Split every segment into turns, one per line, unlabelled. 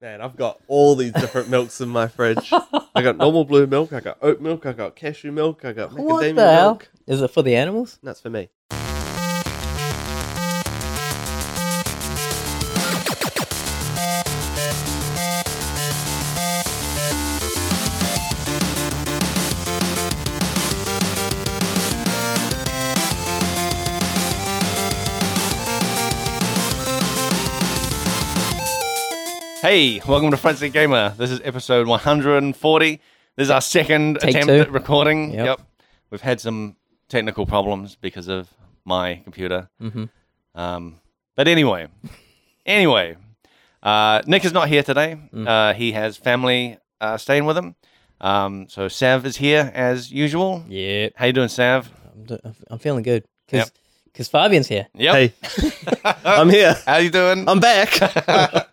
Man, I've got all these different milks in my fridge. I got normal blue milk, I got oat milk, I got cashew milk, I got
What the
macadamia
hell?
milk.
Is it for the animals?
And that's for me.
Hey, welcome to Front Seat Gamer. This is episode 140. This is our second
Take
attempt
two.
at recording.
Yep.
We've had some technical problems because of my computer.
Mhm.
Um, but anyway, anyway, uh, Nick is not here today.
Mm.
Uh, he has family uh, staying with him. Um, so Sav is here as usual.
Yeah,
How you doing, Sav?
I'm, do- I'm feeling good because Fabian's here.
Yep.
Hey, I'm here.
How you doing?
I'm back.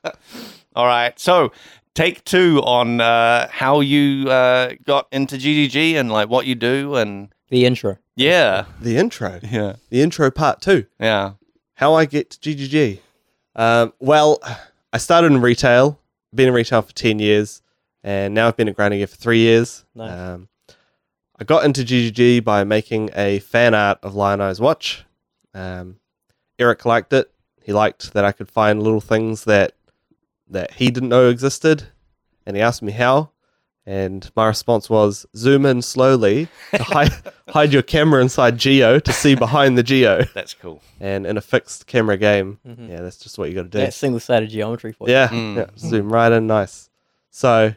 All right. So take two on uh, how you uh, got into GDG and like what you do and
The intro.
yeah,
the intro.
yeah,
The intro part two.
yeah.
How I get to GGG. Um, well, I started in retail, been in retail for 10 years, and now I've been at Grinding Gear for three years.
Nice.
Um, I got into GGG by making a fan art of Lion Eye's watch. Um, Eric liked it. He liked that I could find little things that that he didn't know existed, and he asked me how. And my response was zoom in slowly to hide, hide your camera inside Geo to see behind the Geo
That's cool.
and in a fixed camera game,
Mhm.
yeah, Mm-hmm. that's just what you got to do.
That single sided geometry for you.
Yeah,
Mm.
yeah, zoom right in, nice. So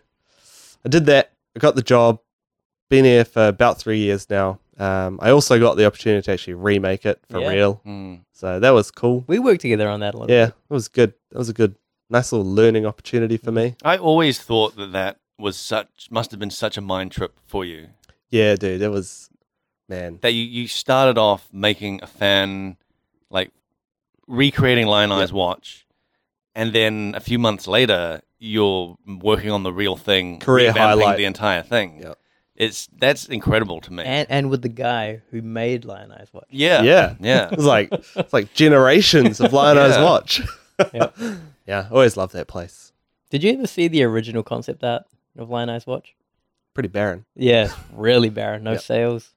I did that. I got the job. Been here for about three years now. Um, I also got the opportunity to actually remake it for
Yeah.
real,
Mm.
so that was cool.
We worked together on that a little
Yeah, it was good. That was a good, nice little learning opportunity for me.
I always thought that that was such must have been such a mind trip for you
Yeah, dude, it was man.
that you you started off making a fan like recreating Lion Eyes Watch, and then a few months later you're working on the real thing,
Career
revamping
highlight.
the entire thing.
Yep.
It's that's incredible to me.
bit. And, and with the guy who made Lion Eyes Watch.
yeah,
Yeah.
yeah.
It was like it's like generations of Lion Eyes
Yeah.
Watch.
Yep.
yeah, I always loved that place.
Did you ever see the original concept art of Lion Eyes Watch?
Pretty barren.
Yeah, it's really barren. No
Yep.
sales.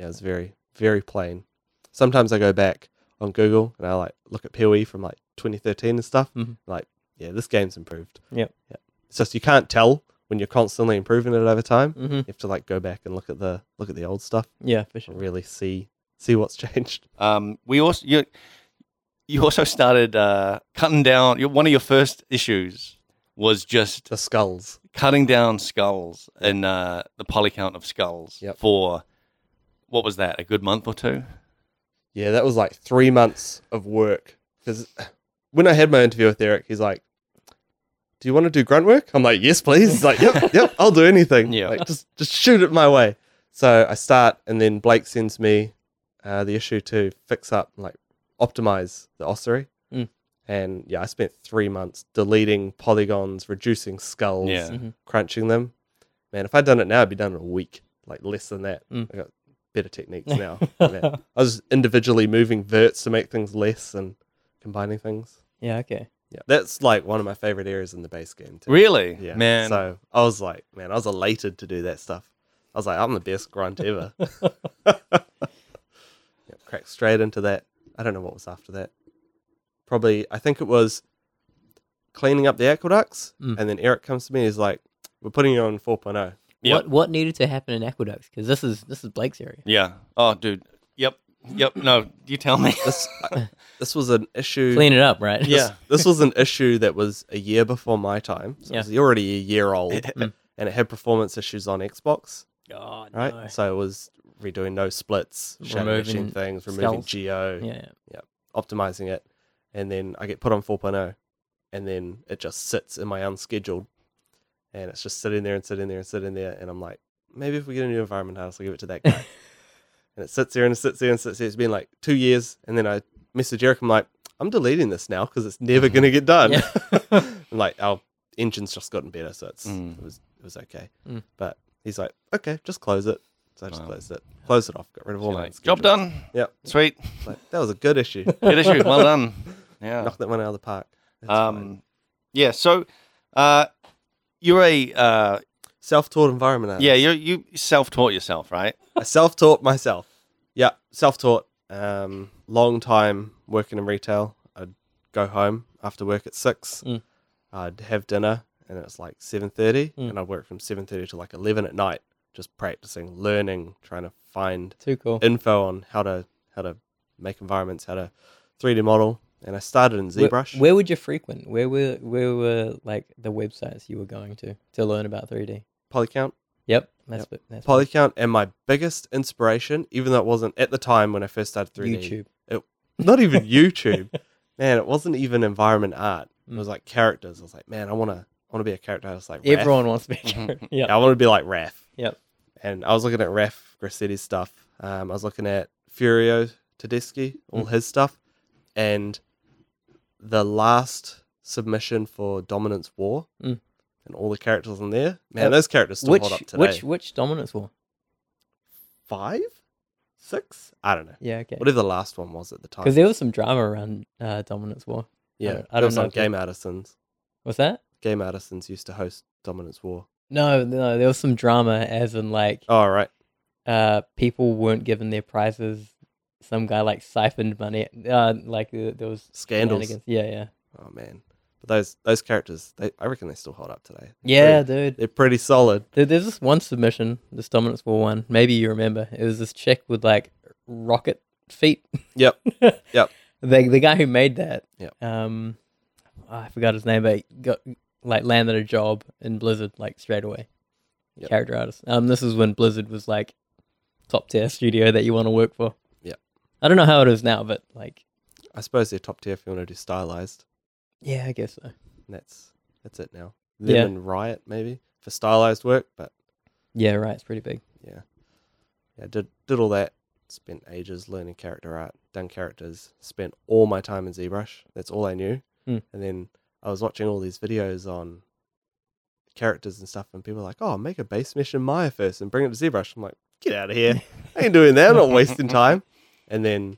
Yeah, it's very, very plain. Sometimes I go back on Google and I like look at PoE from like 2013 and stuff.
Mhm.
Like, yeah, this game's improved.
Yep.
Yeah. It's just you can't tell when you're constantly improving it over time.
hmm
You have to like go back and look at the look at the old stuff
Yeah, for sure.
and really see see what's changed.
Um, we also you you also started uh, cutting down. Your, one of your first issues was just
The skulls.
cutting down skulls and uh, the poly count of skulls
Yep.
for what was that? A good month or two?
Yeah, that was like three months of work because when I had my interview with Eric, he's like. Do you want to do grunt work? I'm like, yes, please. He's like, yep, yep, I'll do anything.
Yeah.
like, just just shoot it my way. So I start, and then Blake sends me uh, the issue to fix up, like optimize the ossuary.
Mm.
And yeah, I spent three months deleting polygons, reducing skulls,
Yeah.
Mhm.
crunching them. Man, if I'd done it now, I'd be done in a week, like less than that.
Mm.
I got better techniques now. Man, I was individually moving verts to make things less and combining things.
Yeah, okay.
Yeah, that's like one of my favorite areas in the base game. Too.
Really?
Yeah.
man.
So I was like, man, I was elated to do that stuff. I was like, I'm the best grunt ever. Yep, cracked straight into that. I don't know what was after that. Probably, I think it was cleaning up the aqueducts.
Mm.
And then Eric comes to me and he's like, we're putting you on oh. 4.0.
Yep.
What what needed to happen in aqueducts? Because this is this is Blake's area.
yeah. Oh, dude. Yep. Yep. No, you tell me.
This, I- this was an issue.
Clean it up, right?
This, this was an issue that was a year before my time. So
Yeah. Mm.
it was already a year old. and it had performance issues on Xbox.
God,
right?
no.
So it was redoing no splits, shadow
Removing
etching things, removing
stealth.
geo,
Yeah, yeah.
optimizing it, and then I get put on 4.0, and then it just sits in my unscheduled, and it's just sitting there and sitting there and sitting there, and I'm like, maybe if we get a new environment house, I'll give it to that guy. and it sits there and it sits there and sits there. It's been like two years, and then I message Eric. I'm like, I'm deleting this now because it's
Mm-hmm.
never gonna get done. And, like our engine's just gotten better, so it's
Mm.
it was it was okay.
Mm.
But he's like, okay, just close it. So I just
Wow.
closed it, closed it off, got rid of all my
Like, Job
schedules.
done.
Yep.
Sweet.
Like, that was a good issue.
Good issue. Well done. Yeah.
Oh.
Knock that one out of the park. That's
um.
fine.
Yeah. So, uh, you're a uh,
Self-taught environment artist.
yeah. You you self taught yourself, right?
I self-taught myself. Yeah, self-taught. Um, long time working in retail. I'd go home after work at six.
Mm.
I'd have dinner, and it's like seven thirty,
Mm.
and I'd work from seven thirty to like eleven at night, just practicing, learning, trying to find
Too cool.
info on how to how to make environments, how to three D model. And I started in
Where-
ZBrush.
Where, would you frequent? Where were where were like the websites you were going to to learn about 3D?
Polycount.
Yep, that's what that's what-
Polycount and my biggest inspiration, even though it wasn't at the time when I first started 3D.
YouTube.
Not even YouTube. man, it wasn't even environment art. It
Mm.
was like characters. I was like, man, I wanna I wanna be a character artist like Raph.
Everyone wants to be.
Mm-hmm.
Mhm.
yeah.
I wanna be like Raph.
Yep.
And I was looking at Raph Grassetti's stuff. Um, I was looking at Furio Tedeschi, all
Mm.
his stuff. And the last submission for Dominance War
Mm.
and all the characters in there. Man,
Uh,
those characters still hold up
Which
today.
which which dominance war?
five, six. I don't know.
Yeah, okay.
Whatever the last one was at the time.
Because there was some drama around uh, dominance war.
yeah,
don't- I
it
don't
was
know
on
if it-
Game Artisans.
Was that?
Game Artisans used to host Dominance War.
No, no. There was some drama, as in like
Oh right,
uh, people weren't given their prizes. Some guy like siphoned money. Uh, like uh, there was
scandals.
shenanigans. Yeah, yeah,
Oh man, but those those characters, they, I reckon they still hold up today.
yeah, dude.
They're pretty solid.
There, there's this one submission, this dominance war one. Maybe you remember. It was this chick with like rocket feet.
Yep. Yep.
The the guy who made that.
Yep.
Um, oh, I forgot his name, but he got like landed a job in Blizzard like straight away.
Yep.
Character artist. Um, this is when Blizzard was like top tier studio that you want to work for.
Yep.
I don't know how it is now, but like,
I suppose they're top tier if you want to do stylized.
yeah, I guess so.
And that's that's it now. Them
Yeah.
and Riot maybe for stylized work, but
Yeah, right. It's pretty big.
yeah, did did all that. Spent ages learning character art, done characters. Spent all my time in ZBrush. That's all I knew.
Hmm.
And then I was watching all these videos on characters and stuff, and people were like, "Oh, make a base mesh in Maya first and bring it to ZBrush." I'm like, "Get out of here! I ain't doing that. I'm not wasting time." And then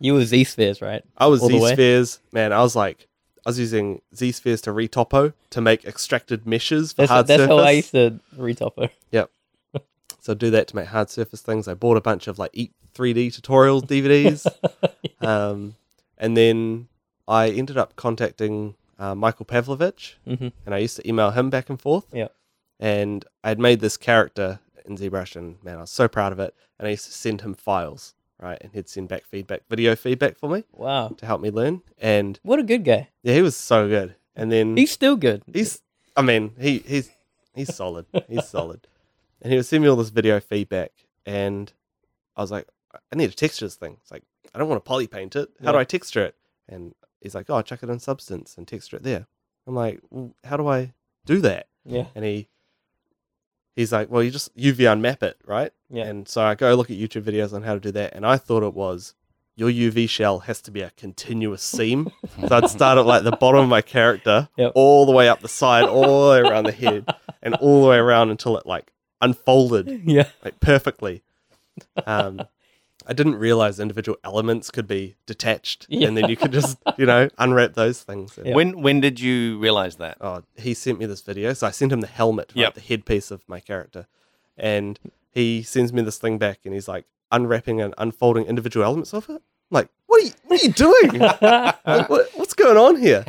You were Z spheres, right?
I was
All the
Z
way?
spheres, man. I was like, I was using Z spheres to retopo to make extracted meshes for
That's,
hard
that's
surface.
how I used to retopper.
So I do that to make hard surface things. I bought a bunch of like eat 3D tutorials DVDs. um, and then I ended up contacting uh, Michael Pavlovich,
Mhm.
and I used to email him back and forth.
Yep.
And I'd made this character in ZBrush, and man, I was so proud of it. And I used to send him files, right? And he'd send back feedback, video feedback for me
Wow.
to help me learn. And
What a good guy.
yeah, he was so good. And then
He's still good.
He's, I mean, he he's he's solid. He's solid. And he was sending me all this video feedback, and I was like, I need to texture this thing. It's like I don't want to poly paint it. How do
Yeah.
I texture it? And he's like, Oh, chuck it in Substance and texture it there. I'm like, well, How do I do that?
yeah.
And he he's like, Well, you just UV unmap it, right?
Yeah.
And so I go look at YouTube videos on how to do that, and I thought it was your UV shell has to be a continuous seam. so I'd start at like the bottom of my character,
Yep.
all the way up the side, all the way around the head, and all the way around until it like unfolded
Yeah.
like perfectly. Um, I didn't realize individual elements could be detached, and then you could just you know unwrap those things. And-
When when did you realize that?
oh, he sent me this video. So I sent him the helmet, right,
Yep.
the headpiece of my character. And he sends me this thing back and he's like unwrapping and unfolding individual elements of it. I'm like, what are you, what are you doing? Like, what, what's going on here?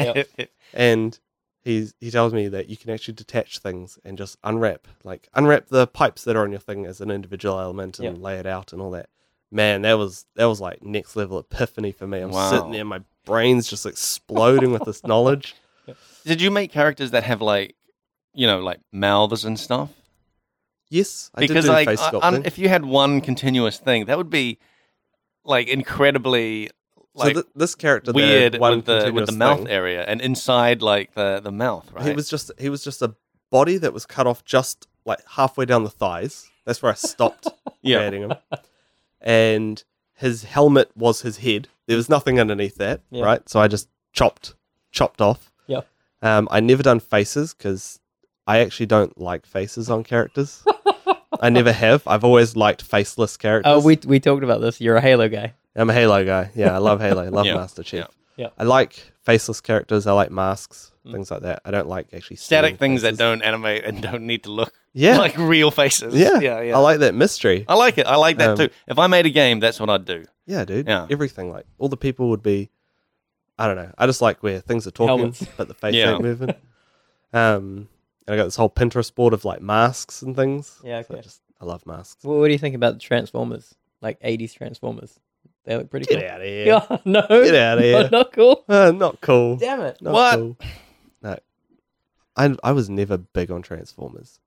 And he's, he tells me that you can actually detach things and just unwrap, like unwrap the pipes that are on your thing as an individual element and
Yep.
lay it out and all that. Man, that was that was like next level epiphany for me. I'm sitting
Wow.
there, my brain's just exploding with this knowledge.
Did you make characters that have like, you know, like mouths and stuff?
Yes, I
because
did do
like,
face
I-
sculpting.
I'm- if you had one continuous thing, that would be like incredibly like
so th- this character there,
weird
one
with the with
continuous
the mouth
thing,
area and inside like the the mouth, right?
He was just he was just a body that was cut off just like halfway down the thighs. That's where I stopped
yeah,
creating him. And his helmet was his head. There was nothing underneath that,
Yeah.
right? So I just chopped chopped off.
Yeah.
Um, I never done faces because I actually don't like faces on characters. I never have. I've always liked
Oh,
faceless characters.
Oh, we we talked about this. You're a Halo guy.
I'm a Halo guy. Yeah, I love Halo. Love
Yeah,
Master Chief.
Yeah.
I like faceless characters. I like masks,
Mm.
things like that. I don't like actually
Static
seeing
things that
faces.
don't animate and don't need to look
Yeah,
like real faces.
Yeah.
yeah, yeah.
I like that mystery.
Oh.
I like it. I like that
Um,
too. If I made a game, that's what I'd do.
Yeah, dude.
Yeah.
Everything like all the people would be. I don't know. I just like where things are talking,
Helmets.
but the face
Yeah.
ain't moving. Um, and I got this whole Pinterest board of like masks and things.
Yeah,
So I
okay.
just I love masks.
Well, what do you think about the Transformers? Like 80s Transformers? They look pretty
Get
cool.
out of here.
Yeah, no.
Get outta here.
Not, not cool.
Uh, not cool.
Damn it.
Not
What?
cool. No. I I was never big on Transformers.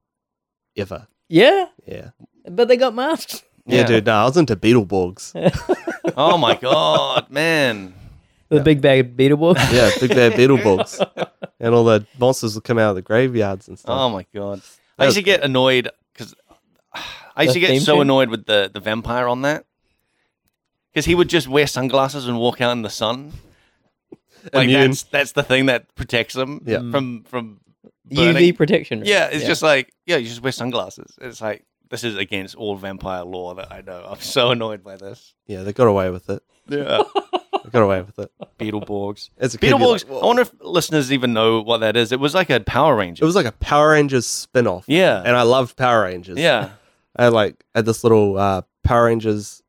Ever.
Yeah,
Yeah.
but they got masks.
Yeah, dude. No, I was into Beetleborgs.
Oh my god, man.
The big bag beatable.
Yeah, big bad Beetleborgs. and all the monsters would come out of the graveyards and stuff.
Oh my god.
That
I used
was
to get annoyed because I used
The
to get
theme
so
tune?
annoyed with the, the vampire on that because he would just wear sunglasses and walk out in the sun. Like
Immune.
that's that's the thing that protects him
Yeah.
from from burning.
UV protection. right?
Yeah, it's just like yeah, you just wear sunglasses. It's like this is against all vampire law that I know. I'm so annoyed by this.
Yeah, they got away with it.
Yeah,
They got away with it.
Beetleborgs.
As a kid, you're
Beetleborgs.
like,
I wonder if listeners even know what that is. It was like a Power Ranger.
It was like a Power Rangers spin off.
yeah,
And I loved Power Rangers.
yeah.
I like had this little uh, Power Rangers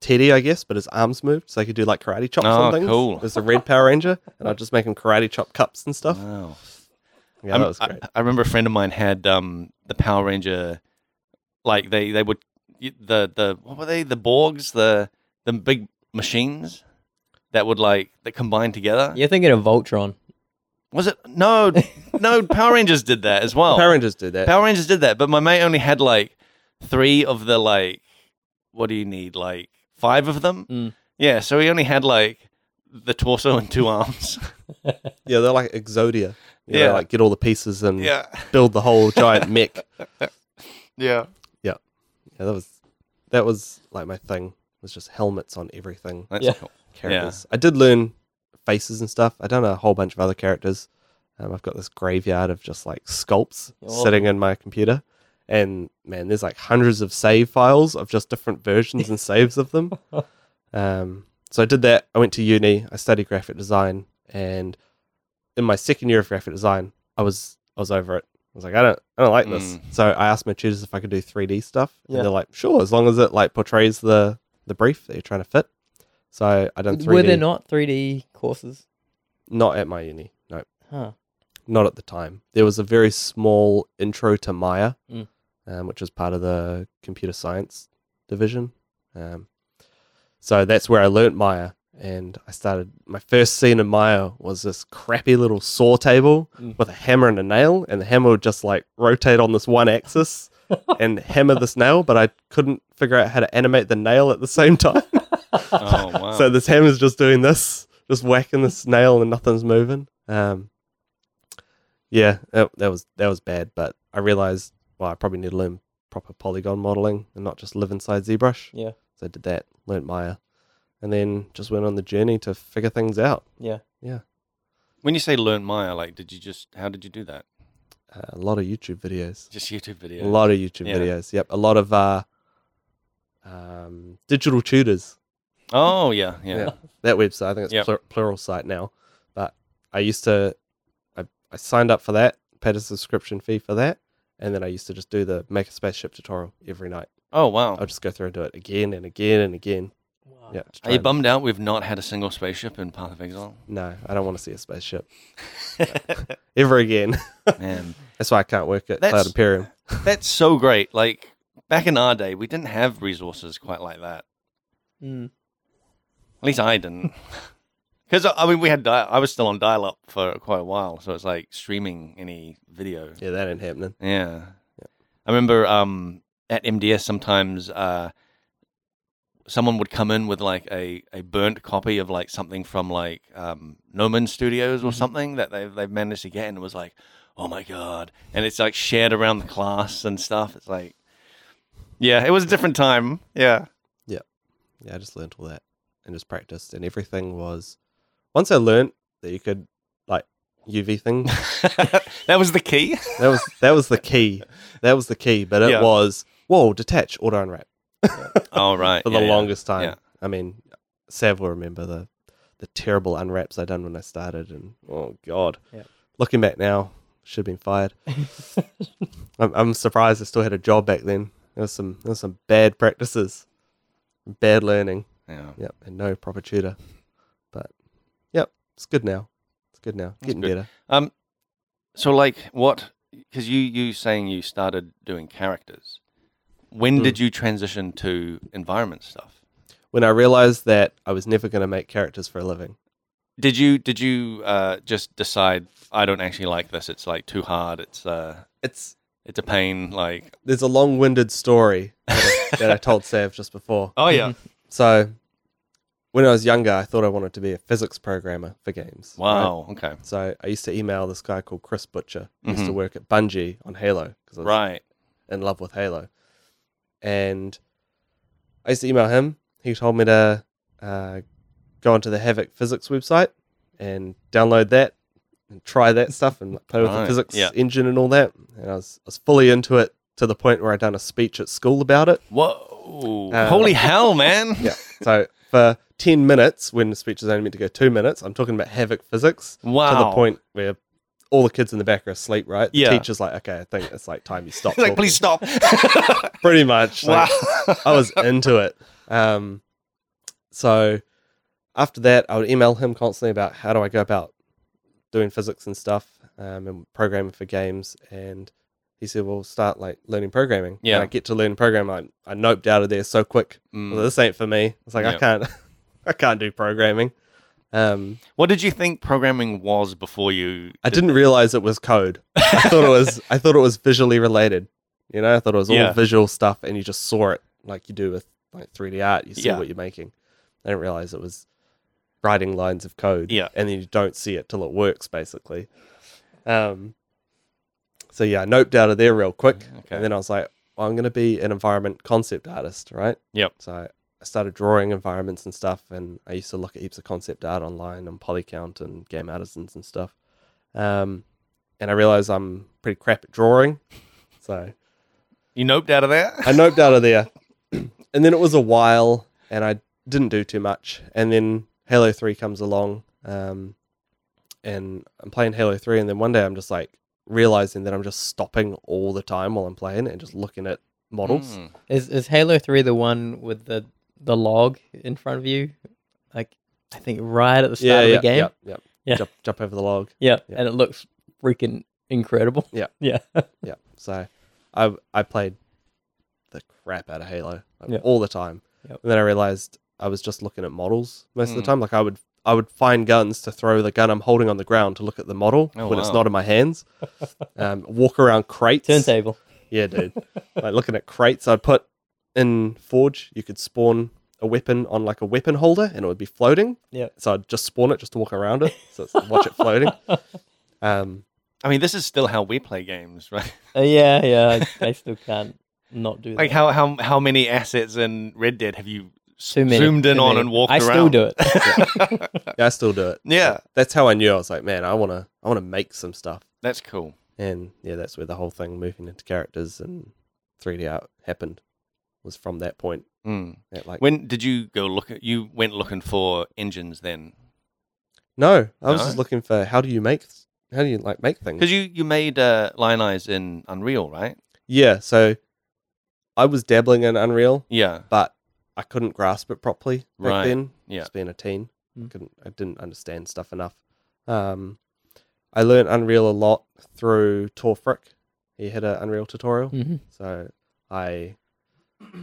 teddy, I guess, but his arms moved, so I could do like karate chops
Oh,
and things.
cool.
It was a red Power Ranger, and I'd just make him karate chop cups and stuff.
Wow.
Yeah,
Uh, I'm-
that was great.
I, I remember a friend of mine had um, the Power Ranger, like they they would y- the the what were they the Borgs the the big machines that would like that combined together.
You're thinking of Voltron.
Was it no no Power Rangers did that as well.
Power Rangers did that.
oh. Power Rangers did that, but my mate only had like three of the like. What do you need? Like five of them.
Mm.
Yeah, so he only had like the torso and two arms.
yeah, they're like Exodia. You yeah,
Yeah.
know, like get all the pieces and
yeah,
build the whole giant mech.
yeah.
Yeah, that was that was like my thing. Was just helmets on everything.
That's
Yeah.
cool.
characters. I did learn faces and stuff. I done a whole bunch of other characters. Um, I've got this graveyard of just like sculpts
Oh.
sitting in my computer, and man, there's like hundreds of save files of just different versions and saves of them. Um, so I did that. I went to uni. I studied graphic design, and in my second year of graphic design, I was I was over it. I was like, I don't I don't like this.
Mm.
So I asked my tutors if I could do 3D stuff,
Yeah.
and they're like, sure, as long as it like portrays the the brief that you're trying to fit. So I done 3D.
Were there not 3D courses?
Not at my uni. No,
Huh.
not at the time. There was a very small intro to Maya,
Mm.
um, which was part of the computer science division. Um, so that's where I learnt Maya. And I started, my first scene in Maya was this crappy little saw table
Mm.
with a hammer and a nail. And the hammer would just like rotate on this one axis and hammer this nail. But I couldn't figure out how to animate the nail at the same time.
Oh wow.
So this hammer's just doing this, just whacking this nail, and nothing's moving. Um, yeah, that, that was that was bad. But I realized, well, I probably need to learn proper polygon modeling and not just live inside ZBrush.
Yeah.
So I did that, learnt Maya, and then just went on the journey to figure things out.
When you say learn Maya, like, did you just how did you do that?
Uh, a lot of YouTube videos.
Just YouTube
A
video.
lot of YouTube
Yeah.
videos. Yep. A lot of uh, um, digital tutors.
oh yeah, yeah,
Yeah. that website. I think it's
Yep.
plur- plural site now. But I used to, I, I signed up for that, paid a subscription fee for that, and then I used to just do the make a spaceship tutorial every night.
Oh wow.
I'll just go through and do it again and again and again.
Wow.
Yeah. to try
Are you
and-
bummed out we've not had a single spaceship in Path of Exile?
No, I don't want to see a spaceship ever again.
Man,
That's why I can't work at
That's-
Cloud Imperium.
that's so great. Like back in our day, we didn't have resources quite like that.
Mm.
At least I didn't. Because I mean, we had di- I was still on dial-up for quite a while, so it's like streaming any video.
Yeah, that ain't happening.
Yeah. I remember um, at MDS sometimes uh, someone would come in with like a, a burnt copy of like something from like um, Noman Studios or
Mm-hmm.
something that they've, they've managed to get and it was like, oh my God. And it's like shared around the class and stuff. It's like, yeah, it was a different time. Yeah.
Yeah, I just learnt all that and just practiced, and everything was. Once I learnt that you could like UV things,
that was the key.
That was that was the key. That was the key. But it
Yeah.
was whoa, detach, auto unwrap
All right.
for
yeah,
the
yeah.
longest time.
Yeah.
I mean, Sav will remember the the terrible unwraps I done when I started, and oh god,
Yeah.
looking back now, should have been fired. I'm, I'm surprised I still had a job back then. There was some there was some bad practices, bad learning.
Yeah.
Yep, and no proper tutor. But yep, it's good now. It's good now. Getting
good.
better.
Um, so like what? Because you you saying you started doing characters. When
Hmm.
did you transition to environment stuff?
When I realized that I was never going to make characters for a living,
Did you did you uh, just decide I don't actually like this? It's like too hard. It's uh,
it's
it's a pain. Like
there's a long-winded story that I, that I told Sav just before.
oh yeah,
So when I was younger, I thought I wanted to be a physics programmer for games. right?
wow, okay,
So I used to email this guy called Chris Butcher, who used to
Mhm.
work at Bungie on Halo because I was
right,
in love with Halo. And I used to email him. He told me to uh, go onto the Havoc Physics website and download that and try that stuff and like, play with the
Right,
physics
yeah.
engine and all that. And I was, I was fully into it to the point where I done a speech at school about it.
whoa,
Uh,
holy hell, man,
Yeah. So for 10 minutes, when the speech is only meant to go two minutes, I'm talking about Havoc Physics
wow,
to the point where all the kids in the back are asleep, right? The
Yeah.
teacher's like, okay, I think it's like time you stop.
like please
talking."
stop.
Pretty much.
wow,
Like, I was into it. Um, so after that, I would email him constantly about how do I go about doing physics and stuff um, and programming for games. And he said, well, start like learning programming.
Yeah.
And I get to learn programming. I, I noped out of there so quick. I was like,
Mm.
this ain't for me. It's like, I
Yeah.
can't, I can't do programming. Um,
What did you think programming was before you?
I
did-
didn't realize it was code. I thought it was I thought it was visually related. You know, I thought it was all
Yeah.
visual stuff and you just saw it like you do with like 3D art. You see
Yeah.
what you're making. I didn't realize it was writing lines of code.
Yeah.
And then you don't see it till it works basically. Um so yeah, I noped out of there real quick.
Mm, Okay.
And then I was like, well, I'm gonna be an environment concept artist, right?
Yep.
So I I started drawing environments and stuff, and I used to look at heaps of concept art online on Polycount and Game Artisans and stuff. Um, and I realized I'm pretty crap at drawing, so
you noped out of there.
I noped out of there. and then it was a while, and I didn't do too much. And then Halo Three comes along, um, and I'm playing Halo Three, and then one day I'm just like realizing that I'm just stopping all the time while I'm playing and just looking at models.
Mm.
Is is Halo Three the one with the the log in front of you, like I think right at the start of the game?
Yep, yep.
Yeah.
Jump, jump over the log.
Yeah,
Yeah.
and it looks freaking incredible.
Yeah.
yeah.
Yeah. So I I played the crap out of Halo like,
Yeah.
all the time.
Yep.
And then I realized I was just looking at models most of the
Mm.
time. Like I would I would find guns to throw the gun I'm holding on the ground to look at the model
Oh,
when it's
wow.
not in my hands. Um, walk around crates.
Turntable.
Yeah, dude. like looking at crates, I'd put in Forge, you could spawn a weapon on like a weapon holder and it would be floating.
Yeah.
So I'd just spawn it just to walk around it. So it's- watch it floating. Um,
I mean, this is still how we play games, right?
Uh, yeah, yeah. I, I still can't not do that.
Like how how how many assets in Red Dead have you s-
Too many,
zoomed in
too
on
many.
and walked
I
around?
still do it.
yeah, I still do it.
yeah,
That's how I knew I was like, man, I wanna I wanna make some stuff.
that's cool.
And yeah, that's where the whole thing moving into characters and 3D art happened. Was from that point.
Mm.
That like
When did you go look? At, you went looking for engines then,
no, I was just
No?
looking for how do you make how do you like make things?
because you you made uh, Lion Eyes in Unreal, right?
Yeah, so I was dabbling in Unreal,
Yeah,
but I couldn't grasp it properly back
Right,
then.
yeah. Hmm.
just being a teen, I
Mm.
couldn't, I didn't understand stuff enough. Um, I learned Unreal a lot through Torfrick. He had an Unreal tutorial,
Mhm.
so I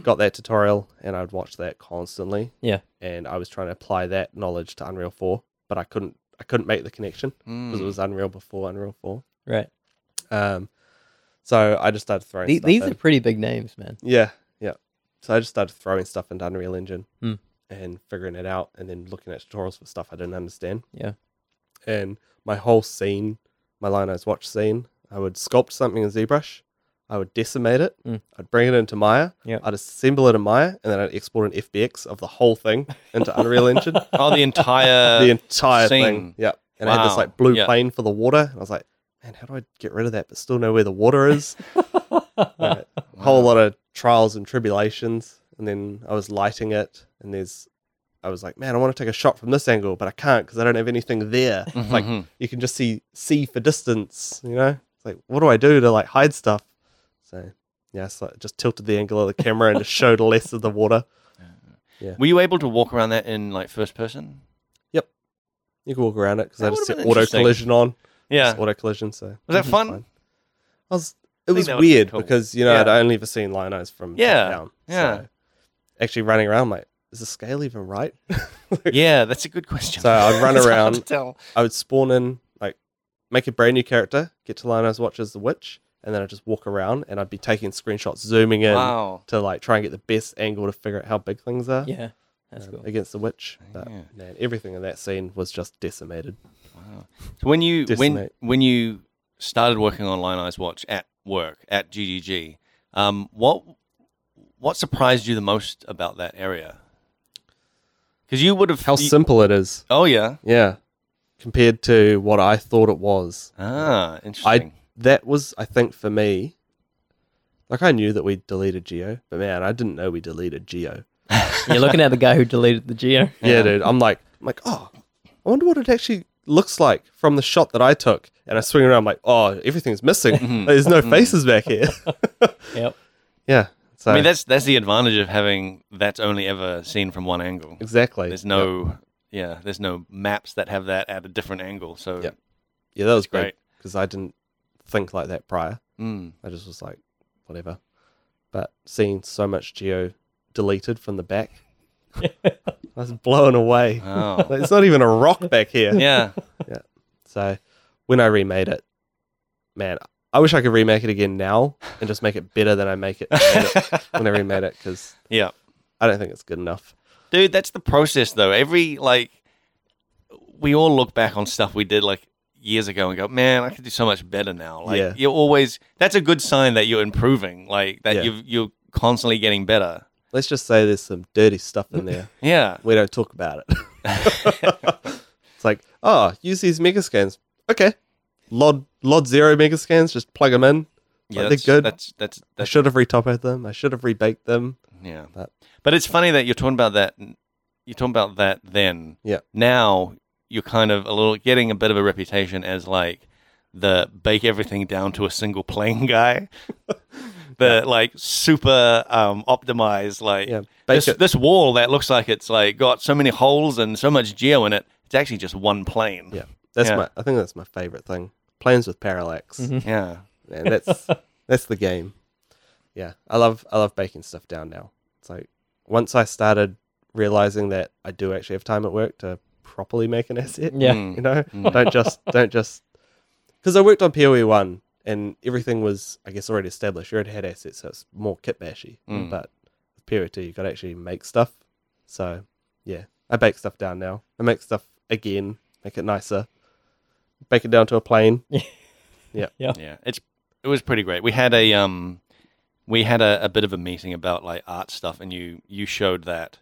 got that tutorial and I'd watch that constantly.
Yeah.
and I was trying to apply that knowledge to Unreal Four, but I couldn't. I couldn't make the connection because
Mm.
it was Unreal before Unreal Four.
Right.
Um, so I just started throwing.
The-
stuff
these
in.
are pretty big names, man.
Yeah, yeah. So I just started throwing stuff into Unreal Engine
Hmm.
and figuring it out, and then looking at tutorials for stuff I didn't understand.
Yeah.
And my whole scene, my Line Eyes Watch scene, I would sculpt something in ZBrush, I would decimate it,
Mm.
I'd bring it into Maya,
Yeah.
I'd assemble it in Maya, and then I'd export an FBX of the whole thing into Unreal Engine,
oh the entire
the entire thing.
scene.
Yeah. And I had this
Wow.
like blue
Yeah.
plane for the water, and I was like, man, how do I get rid of that but still know where the water is? Uh, whole lot of trials and tribulations and then i was lighting it and there's I was like, man, I want to take a shot from this angle, but I can't because I don't have anything there. It's like
Mhm.
you can just see C for distance, you know? It's like, what do I do to like hide stuff? So yeah, so I just tilted the angle of the camera and just showed less of the water.
were you able to walk around that in like first person?
You can walk around it because I
That
just
would've
set
been
auto
interesting.
collision on.
Yeah.
Just auto collision. So
Was that
Mhm,
fun?
fine. I was. It
think
was
that would've been
weird
cool.
because you know I'd
Yeah.
only ever seen lion eyes from top
Yeah,
down.
yeah.
So actually running around, like, is the scale even right?
Yeah, that's a good question.
So I'd run
It's hard
around.
to tell.
I would spawn in, like, make a brand new character, get to Lionel's watch as the witch, and then I'd just walk around and I'd be taking screenshots, zooming in
Wow.
to like try and get the best angle to figure out how big things are
Yeah, that's
um,
cool.
against the witch. But
Yeah.
man, everything in that scene was just decimated.
Wow. So when you when
Decimate.
when you started working on Lion Eyes Watch at work at GGG, um, what what surprised you the most about that area? Because you would have
How
you-
simple it is.
Oh yeah.
Yeah. Compared to what I thought it was.
Ah, interesting.
That was, I think, for me. Like I knew that we deleted Geo, but man, I didn't know we deleted Geo.
You're looking at the guy who deleted the geo.
Yeah, dude. I'm like, I'm like, oh, I wonder what it actually looks like from the shot that I took. And I swing around, I'm like, oh, everything's missing.
Mhm.
There's no faces back here.
Yep.
yeah. So
I mean, that's that's the advantage of having that's only ever seen from one angle.
exactly.
There's no yeah, there's no maps that have that at a different angle. So
Yep. yeah, that was
great.
great because I didn't think like that prior.
Mm.
I just was like, whatever. But seeing so much Geo deleted from the back, I was blown away.
Wow.
Like, it's not even a rock back here.
Oh. yeah.
So when I remade it, man, I wish I could remake it again now and just make it better than I make it made it when I remade it because
yeah.
I don't think it's good enough.
dude that's the process though every like we all look back on stuff we did like years ago and go man i could do so much better now like
Yeah.
you're always that's a good sign that you're improving like that
Yeah.
you've, you're constantly getting better
Let's just say there's some dirty stuff in there.
yeah
We don't talk about it. it's like, oh, use these mega scans. Okay. Lod, Lod Zero mega scans, just plug them in.
yeah
they're
that's
good.
that's that's,
I
that's
should have retopped them. I should have rebaked them.
yeah
But-
but it's funny that you're talking about that you're talking about that then
Yeah.
now you're kind of a little getting a bit of a reputation as like the bake everything down to a single plane guy the like super um optimized like
Yeah. Bake
this,
it.
this wall that looks like it's like got so many holes and so much geo in it it's actually just one plane
Yeah. That's
Yeah. Mm-hmm.
my I think that's my favorite thing. Planes with parallax.
yeah
Man, that's that's the game. Yeah, I love I love baking stuff down now. It's like once I started realizing that I do actually have time at work to properly make an asset.
Yeah.
Mm.
you know, don't just don't just because I worked on POE one and everything was I guess already established. You already had assets, so it's more kit bashy.
Mm.
But with POE two, you got to actually make stuff. So yeah, I bake stuff down now. I make stuff again, make it nicer, bake it down to a plane.
yeah it's it was pretty great we had a um we had a, a bit of a meeting about like art stuff and you you showed that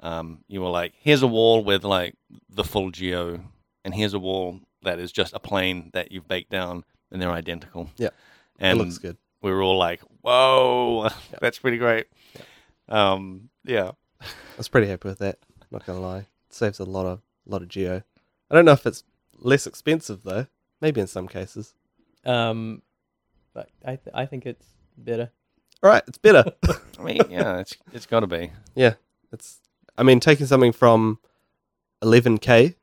um you were like here's a wall with like the full geo and here's a wall that is just a plane that you've baked down and they're identical
Yeah.
and
it looks good.
we were all like whoa that's pretty great um yeah
I was pretty happy with that. Not gonna lie, it saves a lot of lot of geo. I don't know if it's less expensive though. Maybe in some cases.
Um, but I th- I think it's better.
All right, it's better.
i mean yeah it's it's got to be
Yeah, it's. I mean, taking something from 11k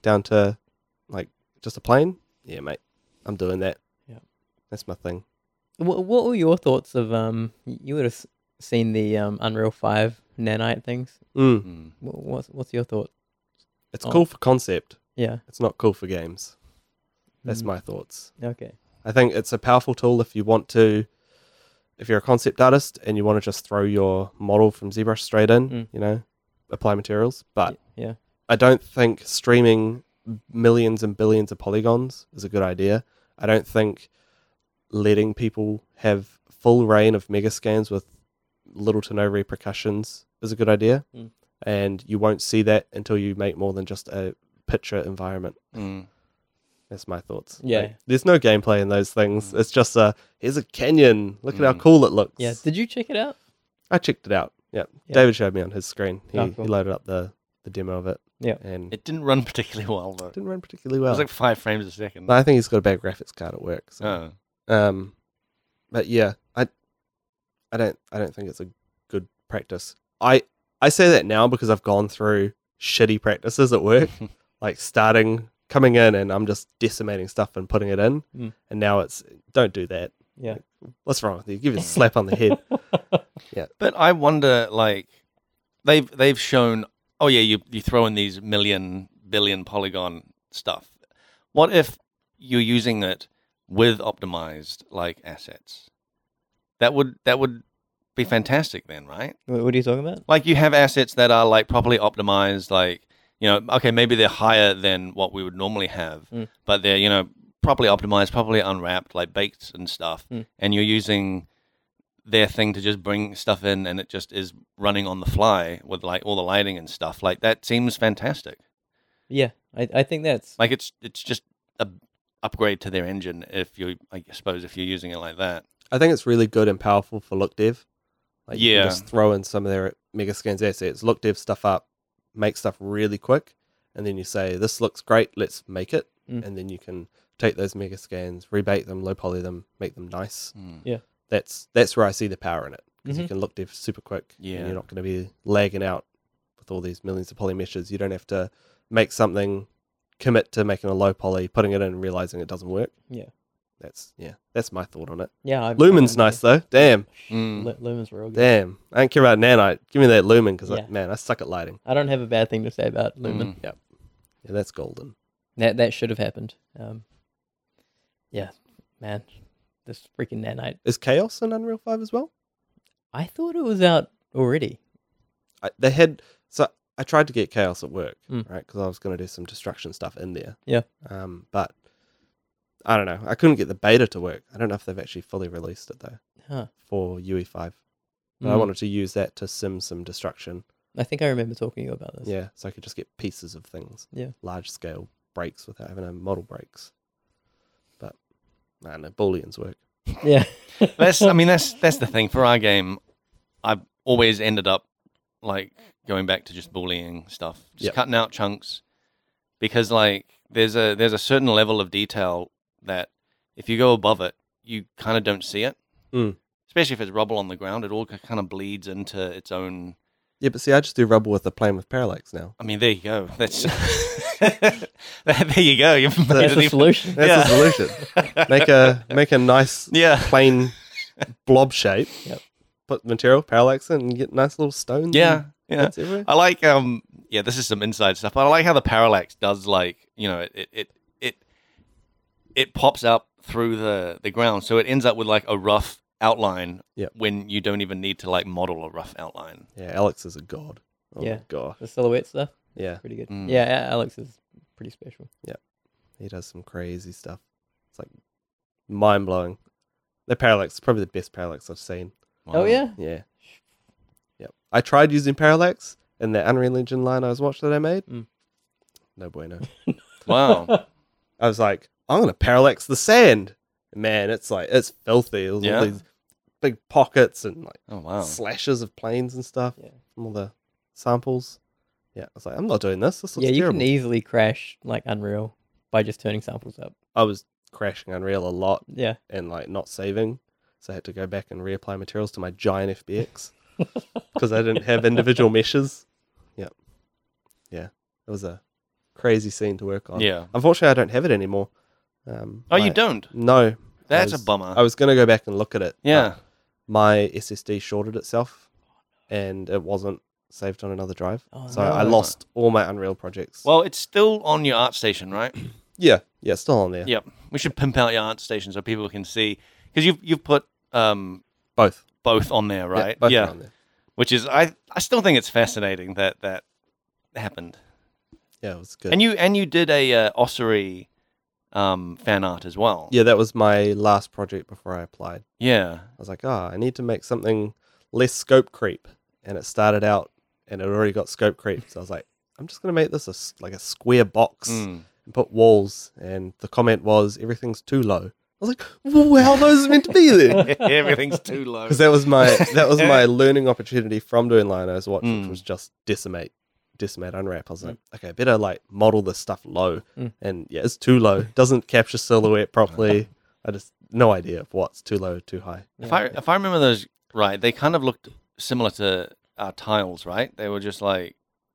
down to like just a plane. Yeah, mate, I'm doing that.
Yeah.
that's my thing.
What What were your thoughts of um? y- You would have s- seen the um Unreal Five nanite things.
Mm,
Mm.
Wha- What's What's your thought?
it's
Oh.
cool for concept.
Yeah.
It's not cool for games. That's
Mm.
my thoughts.
Okay.
I think it's a powerful tool if you want to, if you're a concept artist and you want to just throw your model from ZBrush straight in,
Mm.
you know, apply materials. But
Y- Yeah.
I don't think streaming millions and billions of polygons is a good idea. I don't think letting people have full reign of mega scans with little to no repercussions is a good idea.
Mm.
And you won't see that until you make more than just a picture environment.
Mm.
That's my thoughts.
Yeah. Mm.
there's no gameplay in those things. It's just a here's a canyon. Look at how
Mm.
cool it looks.
Yeah. Did you check it out?
I checked it out. Yeah.
Yeah.
David showed me on his screen. He,
Oh, cool.
he loaded up the the demo of it.
Yeah.
and it
It didn't run particularly well though.
didn't run particularly
It
well.
was like five frames a second.
but I think he's got a bad graphics card at work. So.
Oh.
Ah.
Um, but yeah, I, I don't, I don't think it's a good practice. I, I say that now because I've gone through shitty practices at work, like starting, coming in, and I'm just decimating stuff and putting it in,
Mm.
and now it's don't do that.
Yeah.
What's wrong with you? Give it a slap on the head.
But I wonder, like, they've they've shown, oh yeah, you you throw in these million billion polygon stuff. What if you're using it with optimized like assets? That would that would be fantastic then, right?
Wh- What are you talking about?
Like you have assets that are like properly optimized, like you know, okay, maybe they're higher than what we would normally have,
Mm.
but they're you know properly optimized, properly unwrapped, like baked and stuff,
Mm.
and you're using their thing to just bring stuff in, and it just is running on the fly with like all the lighting and stuff. Like that seems fantastic.
Yeah, I, I think that's
Like it's it's just a upgrade to their engine if you I suppose if you're using it like that.
I think it's really good and powerful for look dev. Like you
Yeah.
can just throw in some of their Megascans assets, look dev stuff up, make stuff really quick, and then you say, This looks great, let's make it.
Mm.
And then you can take those Megascans, rebake them, low poly them, make them nice. That's that's where I see the power in it. Because you
Mhm.
can look dev super quick.
Yeah.
And you're not gonna be lagging out with all these millions of poly meshes. You don't have to make something commit to making a low poly, putting it in and realizing it doesn't work.
Yeah.
That's yeah, that's my thought on it.
yeah. I've,
Lumen's
I've-
nice though. Damn.
Mm.
Lu- Lumen's real good.
Damn, I don't care about nanite. Give me that lumen because,
Yeah.
man, I suck at lighting.
I don't have a bad thing to say about Lumen.
Mm.
Yeah, that's golden.
That that should have happened. Um, yeah, man, this freaking nanite.
Is chaos in Unreal Five as well?
I thought it was out already.
I, they had so I tried to get chaos at work,
Mm.
right? Because I was going to do some destruction stuff in there.
Yeah.
Um, but I don't know. I couldn't get the beta to work. I don't know if they've actually fully released it though
Huh.
for UE Five. But I
Mm.
wanted to use that to sim some destruction.
I think I remember talking to you about this.
Yeah, so I could just get pieces of things.
Yeah.
Large scale breaks without having to model breaks. But I don't know. Booleans work.
Yeah.
that's I mean that's that's the thing for our game. I've always ended up like going back to just bullying stuff, just
Yep.
cutting out chunks because like there's a there's a certain level of detail that if you go above it, you kind of don't see it.
Mm.
Especially if it's rubble on the ground, it all kind of bleeds into its own.
Yeah, but see, I just do rubble with the plane with parallax now.
I mean, there you go. That's there you go. You've made
that's
it
the
even-
solution.
That's the solution. Make a make a nice
yeah.
plain blob shape.
Yep.
Put material parallax in and get nice little stones.
Yeah.
and
Yeah.
bits everywhere.
Uh,
I like um yeah, this is some inside stuff, but I like how the parallax does like, you know, it it it it, it pops up through the the ground. So it ends up with like a rough outline
Yep.
when you don't even need to like model a rough outline.
Yeah, Alex is a god. Oh
Yeah.
my god.
The silhouette stuff,
Yeah,
pretty good.
Mm.
Yeah, A- Alex is pretty special.
he does some crazy stuff. It's like mind blowing. The parallax is probably the best parallax I've seen.
Oh
Wow.
yeah.
Yeah. Yep. I tried using parallax in the Unreal Engine line I was watching that I made.
Mm.
No bueno.
Wow.
I was like, I'm gonna parallax the sand. Man, it's like it's filthy. It was
Yeah.
all these big pockets and like
Oh wow.
slashes of planes and stuff
Yeah.
from all the samples. Yeah, I was like, I'm not doing this. This looks
yeah, you
terrible.
can easily crash like Unreal by just turning samples up.
I was crashing Unreal a lot
Yeah.
and like not saving, so I had to go back and reapply materials to my giant FBX because I didn't have individual meshes. Yeah, yeah, it was a crazy scene to work on.
Yeah.
unfortunately, I don't have it anymore. Um,
Oh, you
my-
don't.
No, I
That's
was-
a bummer.
I was gonna go back and look at it. but
yeah.
my SSD shorted itself, and it wasn't saved on another drive.
Oh,
so I
no.
lost all my Unreal projects.
Well, it's still on your art station, right?
yeah, yeah, it's still on there.
Yep. We should pimp out your art station so people can see because you've you've put um
Both.
both on there,
Yeah,
right?
both are on there.
which is I I still think it's fascinating that that happened.
Yeah, it was good.
And you and you did a uh, ossuary um, fan art as well.
yeah, that was my last project before I applied.
Yeah.
I was like, ah, I need to make something less scope creep, and it started out, and it already got scope creep. So I was like, I'm just gonna make this a s like a square box
Mm.
and put walls. And the comment was, everything's too low. I was like, well, how those meant to be there?
Everything's too low.
because that was my that was my learning opportunity from doing Lino's watch,
Mm.
which was just decimate Decimate Unwrap, I was like, okay, I better like model this stuff low.
Mm.
And yeah, it's too low. Doesn't capture silhouette properly. I just no idea of what's too low, too high.
If I if I remember those right, they kind of looked similar to our tiles, right? They were just like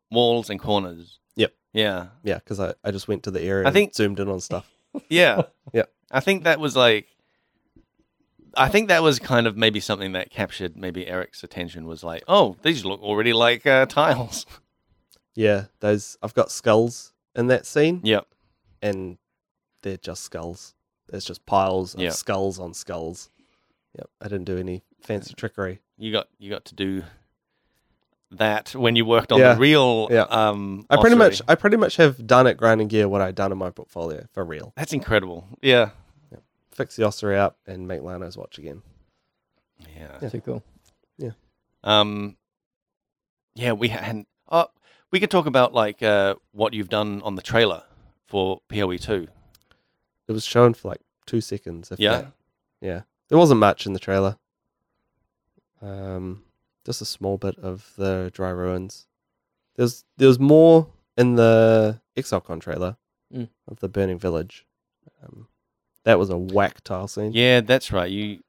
walls and corners.
Yep.
Yeah.
Yeah, because I, I just went to the area
I
I think,
think-
and zoomed in on stuff.
Yeah.
Yeah.
I think that was like I think that was kind of maybe something that captured maybe Eric's attention was like, oh, these look already like uh, tiles.
Yeah, those I've got skulls in that scene.
Yep.
and they're just skulls. There's just piles of
Yeah.
skulls on skulls. Yep, I didn't do any fancy trickery.
You got you got to do that when you worked on
Yeah.
the real
Yeah.
um
I pretty
ossuary.
much, I pretty much have done at Grinding Gear what I've done in my portfolio for real.
That's incredible. Yeah.
Fix the ossuary up and make Lano's watch again.
Yeah.
too cool.
Um, yeah, we hadn't. Oh, we could talk about like uh, what you've done on the trailer for POE two.
It was shown for like two seconds. If
Yeah,
that. yeah. There wasn't much in the trailer. Um, just a small bit of the dry ruins. There's there's more in the Exilcon trailer
Mm.
of the burning village. Um, that was a whack tile scene.
yeah, that's right. You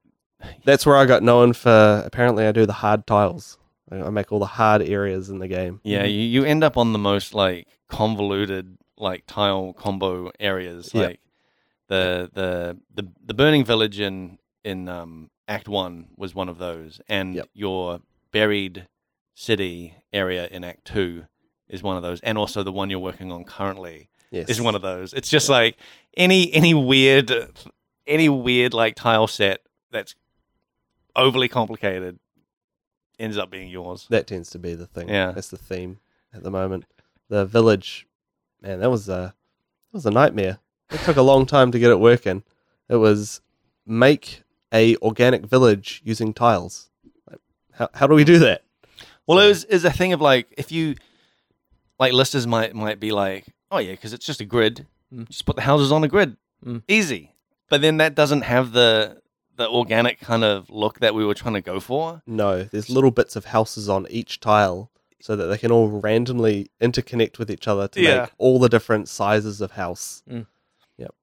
That's where I got known for. Apparently, I do the hard tiles. I I make all the hard areas in the game. Mm-hmm.
yeah you, you end up on the most like convoluted like tile combo areas
Yeah.
like the the the the burning village in in um, Act one was one of those, and
Yep.
your buried city area in Act two is one of those, and also the one you're working on currently.
Yes.
is one of those. It's just like any any weird uh, any weird like tile set that's overly complicated ends up being yours.
that tends to be the thing.
Yeah.
that's the theme at the moment. The village, man, that was a that was a nightmare. It took a long time to get it working. It was make a organic village using tiles. Like, how how do we do that?
Well, it was is a thing of like if you like listers might might be like, oh yeah, because it's just a grid.
Mm.
Just put the houses on a grid,
Mm.
easy. But then that doesn't have the the organic kind of look that we were trying to go for.
No, there's little bits of houses on each tile so that they can all randomly interconnect with each other to
Yeah. Mm.
make all the different sizes of house.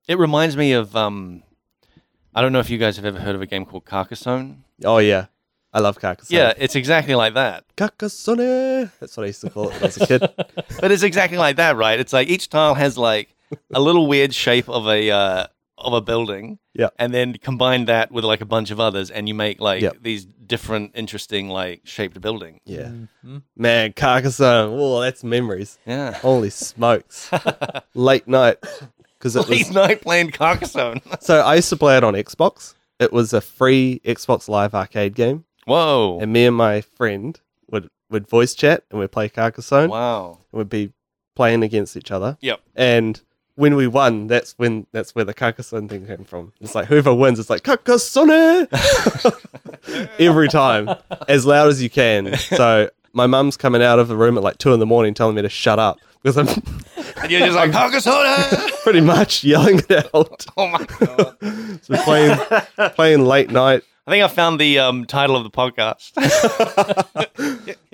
It reminds me of um, I don't know if you guys have ever heard of a game called Carcassonne.
Oh yeah, I love Carcassonne.
Yeah, it's exactly like that.
Carcassonne. That's what I used to call it when I was a kid.
but it's exactly like that, right? It's like each tile has like a little weird shape of a uh, of a building,
Yeah.
and then combine that with like a bunch of others, and you make like
Yeah.
these different, interesting, like shaped building.
Yeah,
Mm-hmm.
Mhm.
man, Carcassonne. Whoa, that's memories.
Yeah,
Holy smokes! Late night because it
late
was.
night playing Carcassonne.
So I used to play it on Xbox. It was a free Xbox Live arcade game,
Whoa!
and me and my friend would would voice chat and we'd play Carcassonne.
wow!
And we'd be playing against each other.
Yep.
And when we won, that's when that's where the Carcassonne thing came from. It's like whoever wins, it's like Carcassonne every time, as loud as you can. So my mum's coming out of the room at like two in the morning, telling me to shut up because I'm
And you're just like Carcassonne.
pretty much yelling it out.
oh my god!
So we're playing playing late night.
I think I found the um, title of the podcast.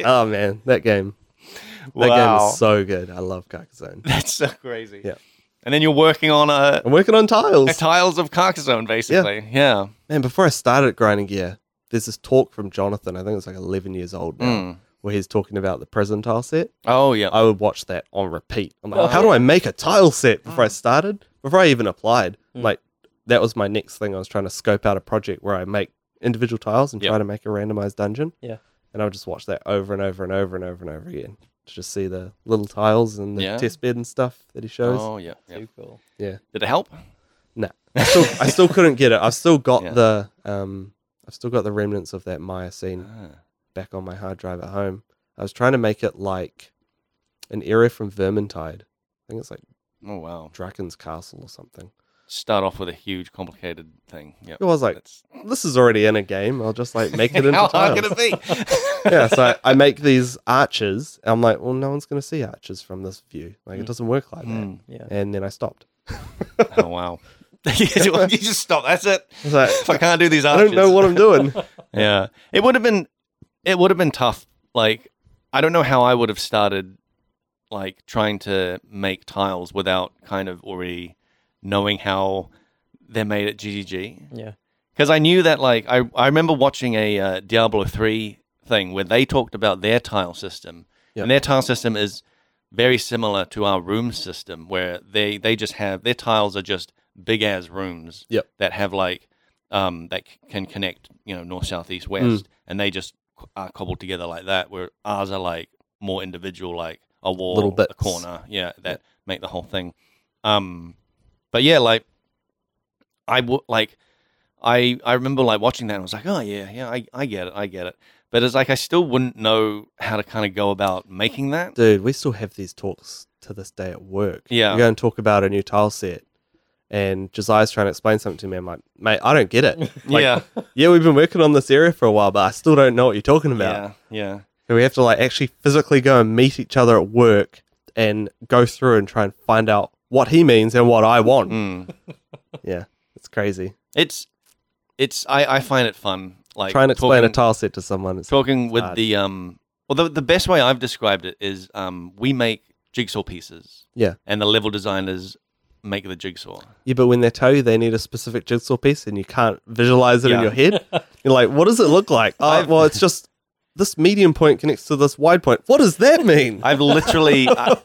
Oh man, that game. That game
Wow.
is so good. I love Carcassonne.
That's so crazy.
Yeah.
And then you're working on a,
I'm working on
a
tiles.
tiles of Carcassonne, basically. yeah.
Man, before I started at Grinding Gear, there's this talk from Jonathan. I think it's like 11 years old now,
Mm.
where he's talking about the prison tile set.
Oh yeah.
I would watch that on repeat. I'm like,
Oh.
how do I make a tile set before I
Hmm.
started? Before I even applied, like that was my next thing. I was trying to scope out a project where I make individual tiles and
Yep.
try to make a randomized dungeon.
Yeah.
and I would just watch that over and over and over and over and over again to just see the little tiles and the
Yeah.
test bed and stuff that he shows.
Oh yeah. yeah.
Too cool.
Did it help?
No, I still, I still couldn't get it. I've still got
Yeah.
the um, I've still got the remnants of that Miocene
Ah.
back on my hard drive at home. I was trying to make it like an area from Vermintide. I think it's like
Oh wow.
Draken's Castle or something.
Start off with a huge, complicated thing. Yeah.
It was like
That's
this is already in a game. I'll just like make it into
how
tiles.
hard can it be?
yeah, so I, I make these arches. And I'm like, well, no one's gonna see arches from this view. Like it
Mm.
doesn't work like
Hmm.
Yeah.
that. And then I stopped.
Oh wow. you just stop. That's it.
I was like,
If I can't do these
I
options.
don't know what I'm doing.
Yeah. It would have been. It would have been tough. Like I don't know how I would have started like trying to make tiles without kind of already knowing how they're made at GGG
Yeah.
because I knew that like I, I remember watching a uh, Diablo three thing where they talked about their tile system,
Yeah.
and their tile system is very similar to our room system where they they just have their tiles are just big as rooms
Yep.
that have like um that c- can connect you know north south east west
Mm.
and they just c- are cobbled together like that where ours are like more individual like a wall
Little
a
bits.
corner yeah that make the whole thing um but yeah like I w- like I I remember like watching that and I was like, oh yeah, yeah, I, I get it, I get it. But it's like I still wouldn't know how to kind of go about making that.
dude, we still have these talks to this day at work.
Yeah.
You go and talk about a new tile set, and Josiah's trying to explain something to me. I'm like, mate, I don't get it. Like,
yeah,
Yeah, we've been working on this area for a while, but I still don't know what you're talking about.
yeah, yeah,
And we have to like actually physically go and meet each other at work and go through and try and find out what he means and what I want.
Mm.
Yeah, it's crazy.
It's it's I I find it fun like
Try and explain a
talking,
tile set to someone. It's
talking with
hard.
the um. Well, the, the best way I've described it is um we make jigsaw pieces.
Yeah.
and the level designers make the jigsaw.
yeah, but when they tell you they need a specific jigsaw piece and you can't visualize it in
Yeah.
your head, you're like, what does it look like? Oh,
I've-
well, it's just this medium point connects to this wide point. What does that mean?
I've literally, I,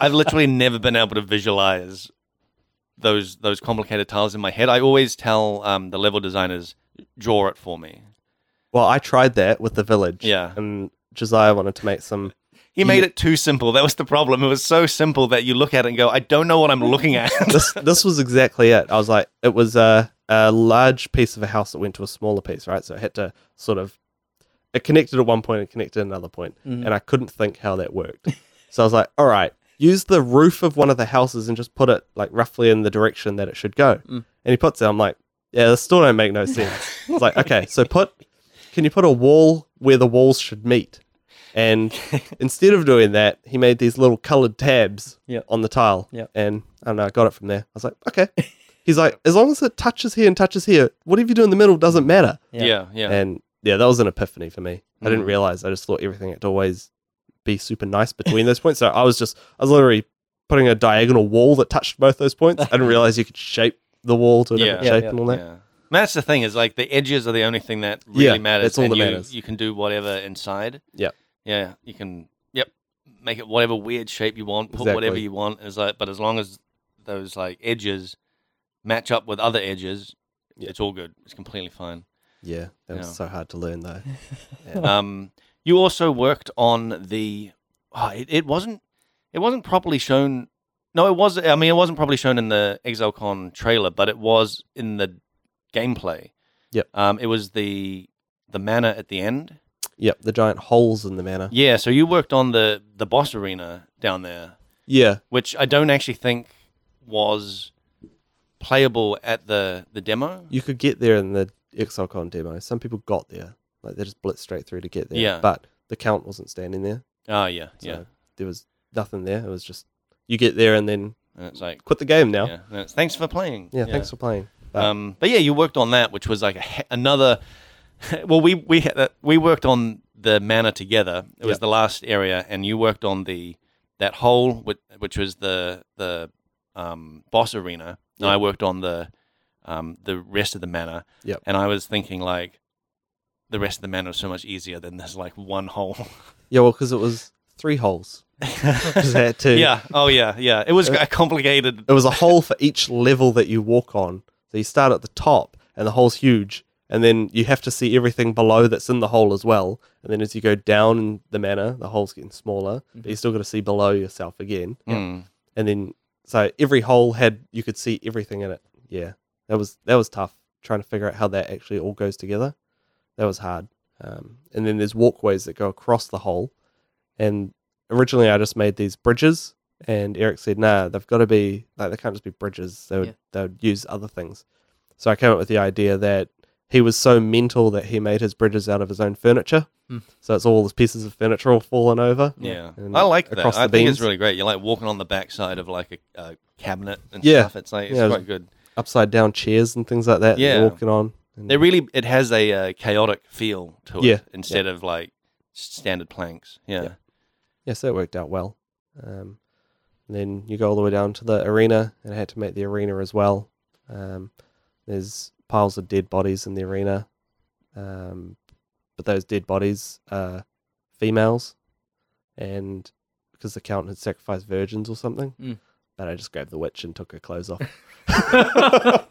I've literally never been able to visualize those those complicated tiles in my head. I always tell um, the level designers draw it for me.
Well, I tried that with the village.
Yeah.
And Josiah wanted to make some.
He made it too simple. That was the problem. It was so simple that you look at it and go, I don't know what I'm looking at.
This this was exactly it. I was like, it was a, a large piece of a house that went to a smaller piece, right? So it had to sort of. It connected at one point and connected at another point,
Mhm.
And I couldn't think how that worked. so I was like, all right, use the roof of one of the houses and just put it like roughly in the direction that it should go.
Mm.
And he puts it. I'm like, yeah, this still don't make no sense. It's like, okay, so put, can you put a wall where the walls should meet? And instead of doing that, he made these little colored tabs
Yep.
on the tile.
Yep.
And I don't know, I got it from there. I was like, okay. He's like, as long as it touches here and touches here, whatever you do in the middle doesn't matter.
Yeah.
yeah, yeah.
And yeah, that was an epiphany for me. I didn't
Mm.
realize. I just thought everything had to always be super nice between those points. So I was just, I was literally putting a diagonal wall that touched both those points. I didn't realize you could shape the wall to a
Yeah.
different
Yeah,
shape
yeah,
and all that.
yeah. And That's the thing is like the edges are the only thing that really
Yeah,
matters.
that's all
and
that
you,
matters.
You can do whatever inside.
Yeah.
Yeah. You can, yep, make it whatever weird shape you want, put whatever
Exactly.
you want. Is like, but as long as those like edges match up with other edges,
Yeah.
it's all good. It's completely fine.
Yeah, that was
Yeah.
so hard to learn though.
um, you also worked on the, oh, it, it wasn't, it wasn't properly shown. No, it was, I mean, it wasn't properly shown in the ExileCon trailer, but it was in the gameplay.
Yep.
Um, it was the the manor at the end.
Yep, the giant holes in the manor.
Yeah. So you worked on the the boss arena down there,
Yeah,
which I don't actually think was playable at the the demo.
you could get there in the ExileCon demo. Some people got there, like they just blitzed straight through to get there.
Yeah.
but the count wasn't standing there.
Oh yeah,
So
yeah.
there was nothing there. It was just you get there and then
And it's like,
quit the game now.
yeah. and it's, thanks for playing.
yeah. thanks for playing. But-
Um, but yeah, you worked on that, which was like a, he- another. well, we we had that- we worked on the manor together. It was
Yep.
the last area, and you worked on the that hole, which, which was the the um, boss arena, and I
Yep.
worked on the um, the rest of the manor.
Yep.
And I was thinking like, the rest of the manor is so much easier than this like one hole.
Yeah, well, because it was three holes. 'Cause they had to-
yeah. Oh yeah. Yeah. It was a complicated.
Uh, It was a hole for each level that you walk on. So you start at the top, and the hole's huge, and then you have to see everything below that's in the hole as well. And then as you go down in the manor, the hole's getting smaller, but you still got to see below yourself again.
Mm-hmm. Mm.
And then so every hole had you could see everything in it. Yeah, that was that was tough trying to figure out how that actually all goes together. That was hard. Um, and then there's walkways that go across the hole. And originally, I just made these bridges. And Eric said, "Nah, they've got to be like they can't just be bridges. They would
Yeah.
they would use other things." So I came up with the idea that he was so mental that he made his bridges out of his own furniture.
Hmm.
So it's all these pieces of furniture all fallen over.
Yeah,
And
I like that.
across
I
the
think it's
beams.
really great. You're like walking on the backside of like a, a cabinet and
Yeah.
stuff. It's like it's
Yeah.
quite good.
upside down chairs and things like that. Yeah,
Yeah.
walking on. And
It really it has a uh, chaotic feel to it
Yeah.
instead of like s- standard planks. Yeah,
Yeah. yes, that worked out well. Um, and then you go all the way down to the arena, and I had to make the arena as well. Um, there's piles of dead bodies in the arena, um, but those dead bodies are females, and because the count had sacrificed virgins or something.
Hmm.
Mm.
But I just grabbed the witch and took her clothes off,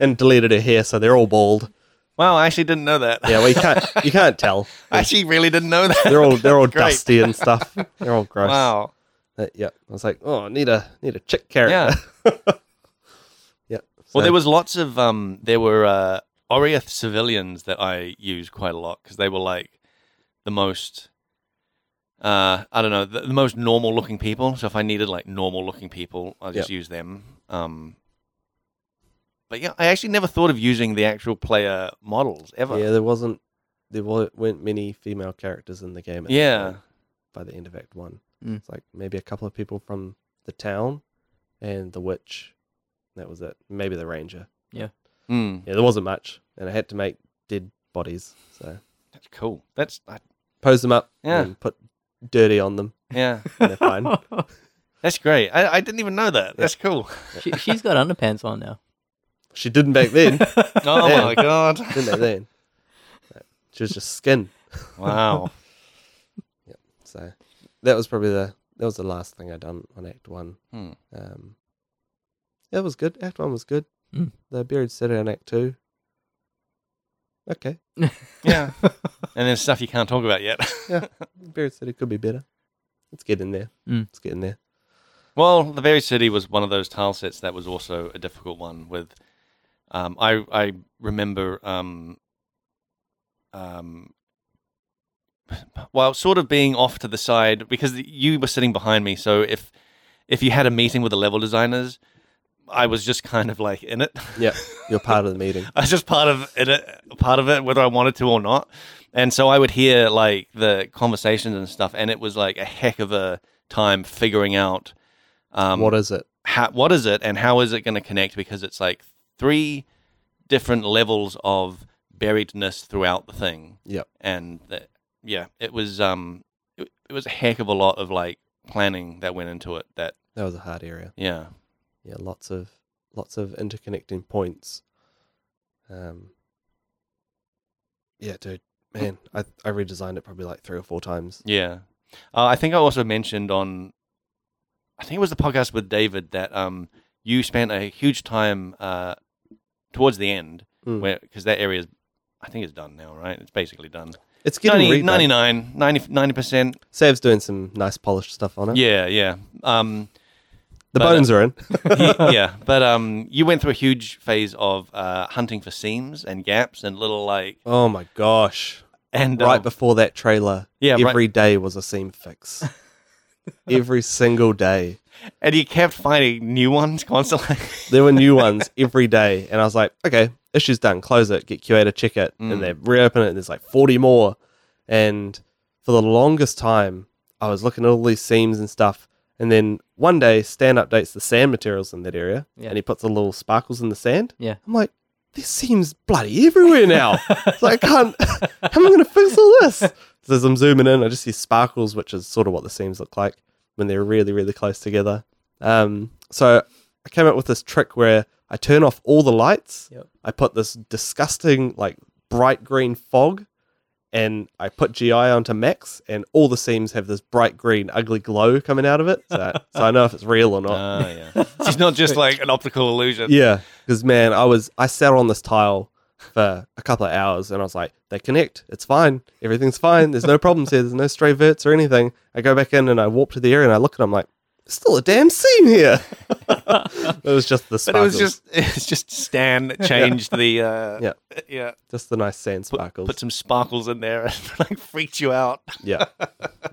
and deleted her hair, so they're all bald.
Wow, I actually didn't know that.
Yeah, well you can't you can't tell.
I actually really didn't know that.
They're all they're all
Great.
dusty and stuff. They're all gross.
Wow.
Uh, yeah, I was like, oh, I need a need a chick character. yeah.
Well,
so-
there was lots of um, there were uh, Oriath civilians that I used quite a lot because they were like the most, uh, I don't know, the, the most normal looking people. So if I needed like normal looking people, I just use them. Um, but yeah, I actually never thought of using the actual player models ever.
yeah, there wasn't there wa- weren't many female characters in the game. At that
Yeah.
point by the end of Act One,
Mm.
it's like maybe a couple of people from the town and the witch. That was it. Maybe the ranger.
Mm,
Yeah, there wasn't much, and I had to make dead bodies. So
that's cool. That's I,
pose them up
Yeah.
and put dirty on them,
yeah,
and they're fine.
that's great. I, I didn't even know that. That's cool.
she, she's got underpants on now.
she didn't back then.
Oh
Yeah.
my god!
didn't back then. No, She was just skin.
Wow.
So that was probably the that was the last thing I done on Act One.
Hmm.
Um, that was good. Act One was good.
Mm.
The buried city in Act Two. Okay,
Yeah, and there's stuff you can't talk about yet.
Yeah. buried city could be better. Let's get in there.
Mm.
Let's get in there.
Well, the very city was one of those tile sets that was also a difficult one. With, um, I I remember, um, um, while sort of being off to the side because you were sitting behind me. So if if you had a meeting with the level designers, I was just kind of like in it.
Yeah, you're part of the meeting.
I was just part of it, part of it, whether I wanted to or not. And so I would hear like the conversations and stuff, and it was like a heck of a time figuring out um,
what is it?
how, what is it and how is it going to connect because it's like three different levels of buriedness throughout the thing
Yep.
and that, yeah it was um it, it was a heck of a lot of like planning that went into it that
That was a hard area.
yeah
Yeah, lots of lots of interconnecting points. Um. Yeah, dude, man, I I redesigned it probably like three or four times.
yeah uh, i think i also mentioned on i think it was the podcast with david that um you spent a huge time uh towards the end
Mm.
where because that area is i think it's done now right it's basically done
It's getting
90,
redone.
99 90 percent
Sav's doing some nice polished stuff on it.
Yeah, yeah. Um,
the
but-
bones are in.
y- yeah, but um, you went through a huge phase of uh, hunting for seams and gaps and little like
Oh my gosh!
and
right
um,
before that trailer,
yeah,
every day
right-
was a seam fix. every single day,
and you kept finding new ones constantly.
there were new ones every day, and I was like, okay, issue's done. Close it. Get QA to check it,
Mm.
and they reopen it. and There's like 40 more, and for the longest time, I was looking at all these seams and stuff. And then one day, Stan updates the sand materials in that area,
Yeah.
and he puts the little sparkles in the sand.
Yeah.
I'm like, this seems bloody everywhere now. So I can't. How am I going to fix all this? So as I'm zooming in, I just see sparkles, which is sort of what the seams look like when they're really, really close together. Um, so I came up with this trick where I turn off all the lights.
Yep.
I put this disgusting, like bright green fog, and I put GI onto max, and all the seams have this bright green, ugly glow coming out of it. So, so I know if it's real or not.
Ah, yeah. It's not just like an optical illusion.
Oh, Yeah, because man, I was I sat on this tile for a couple of hours, and I was like, they connect. It's fine. Everything's fine. There's no problems here. There's no stray verts or anything. I go back in and I walk to the area and I look and I'm like, "There's still a damn seam here. it was just the
But
sparkles,
it was just it's just Stan that changed the uh,
Yeah.
yeah
just the nice sand sparkles.
put some sparkles in there and like freaked you out.
yeah,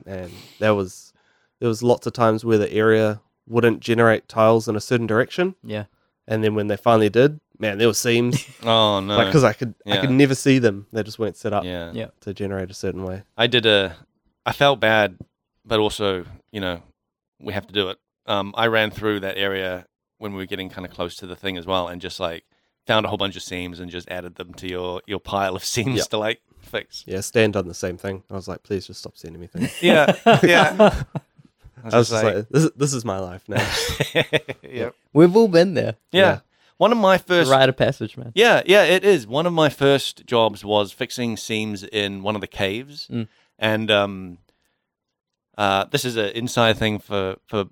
and there was there was lots of times where the area wouldn't generate tiles in a certain direction,
Yeah.
and then when they finally did, man, there were seams
Oh no!
because I could I
Yeah.
could never see them. They just weren't set up
yeah.
to generate a certain way.
I did a. I felt bad, but also, you know, we have to do it. Um, I ran through that area when we were getting kind of close to the thing as well, and just like found a whole bunch of seams and just added them to your your pile of seams
Yeah.
to like fix.
Yeah, Stan done the same thing. I was like, please just stop sending me things.
Yeah, yeah.
I was just like, this, is- this is my life now.
like yeah.
We've all been there.
Yeah.
yeah. One of my
It's
first
a rite of passage, man.
Yeah, yeah, it is. One of my first jobs was fixing seams in one of the caves,
Mm.
and um, uh, this is an inside thing for for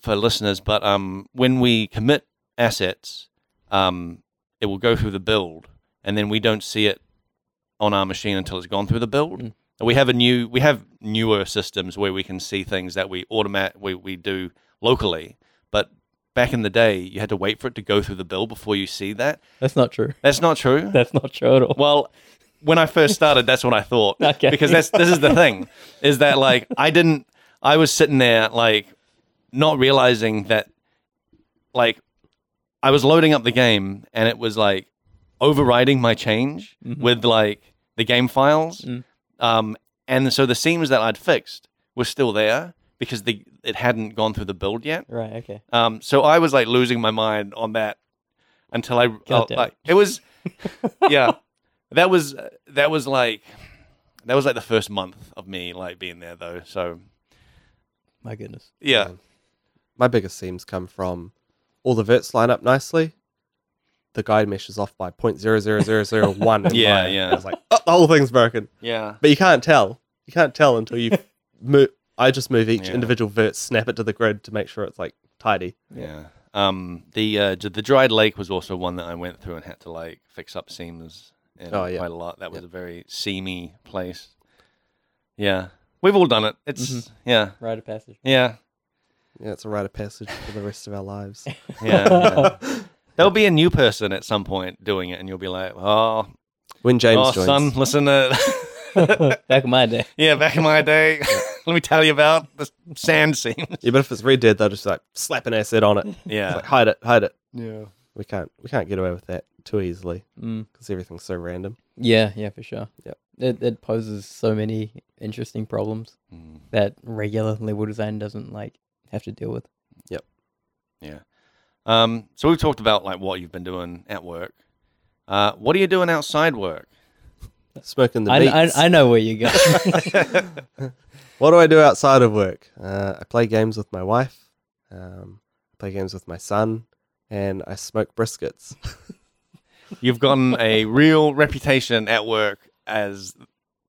for listeners. But um, when we commit assets, um, it will go through the build, and then we don't see it on our machine until it's gone through the build.
Mm.
And We have a new, we have newer systems where we can see things that we automat we, we do locally, but back in the day, you had to wait for it to go through the bill before you see that.
That's not true.
That's not true.
That's not true at all.
Well, when I first started, that's what I thought.
Okay.
Because that's this is the thing, is that like I didn't I was sitting there like not realizing that like I was loading up the game and it was like overriding my change with like the game files.
Mm-hmm. Mm.
Um and so the seams that I'd fixed were still there because the it hadn't gone through the build yet.
Right. Okay.
Um, so I was like losing my mind on that until I
God
uh,
damn
like it was yeah that was uh, that was like that was like the first month of me like being there though so
My goodness.
yeah
my biggest seams come from all the verts line up nicely. The guide mesh is off by 0.00001. in
Yeah,
line.
yeah.
I was like, oh, the whole thing's broken.
yeah
But you can't tell. You can't tell until you move. I just move each
Yeah.
individual vert, snap it to the grid to make sure it's like tidy.
yeah um the uh, d- the dried lake was also one that I went through and had to like fix up seams in
Oh, yeah.
quite a lot that was
Yeah.
a very seamy place yeah we've all done it it's yeah
Rite of passage.
yeah
Yeah, it's a rite of passage for the rest of our lives.
yeah, yeah. there'll be a new person at some point doing it and you'll be like oh
When James
oh,
joins,
son, listen to.
Back in my day.
yeah, back in my day, let me tell you about the sand scene.
yeah, but if it's Red Dead, they'll just like slap an asset on it. It's
Yeah.
like, hide it, hide it.
Yeah.
We can't, we can't get away with that too easily
Mm.
because everything's so random.
Yeah. Yeah. For sure.
Yep.
It it poses so many interesting problems
Hmm.
that regular level design doesn't like have to deal with.
Yeah. Um, so we've talked about like what you've been doing at work. Uh, what are you doing outside work?
Smoking the
I, I
meats.
I know where you go.
What do I do outside of work? Uh, I play games with my wife. Um, I play games with my son, and I smoke briskets.
You've gotten a real reputation at work as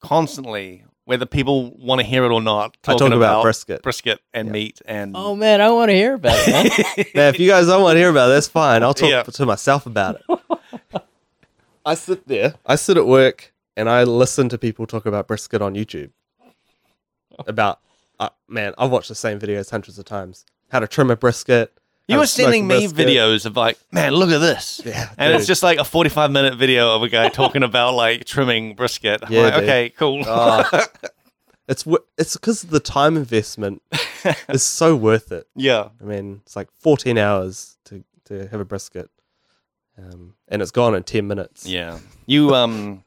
constantly, whether people want to hear it or not,
I
talking
talk about brisket.
brisket and
Yeah.
meat and
oh man, I want to hear about it. Man.
now, if you guys don't want to hear about it, that's fine. I'll talk
Yeah.
to myself about it. I sit there. I sit at work and I listen to people talk about brisket on YouTube. About uh, man, I've watched the same videos hundreds of times. How to trim a brisket.
You
how
were
to smoke a
sending me
brisket.
videos of like, man, look at this.
Yeah,
and it's
dude.
just like a 45 minute video of a guy talking about like trimming brisket. I'm
Yeah,
like,
dude.
okay, cool.
Oh. it's wo- it's because the time investment is so worth it.
yeah.
I mean, it's like 14 hours to, to have a brisket, um, and it's gone in 10 minutes.
Yeah. You um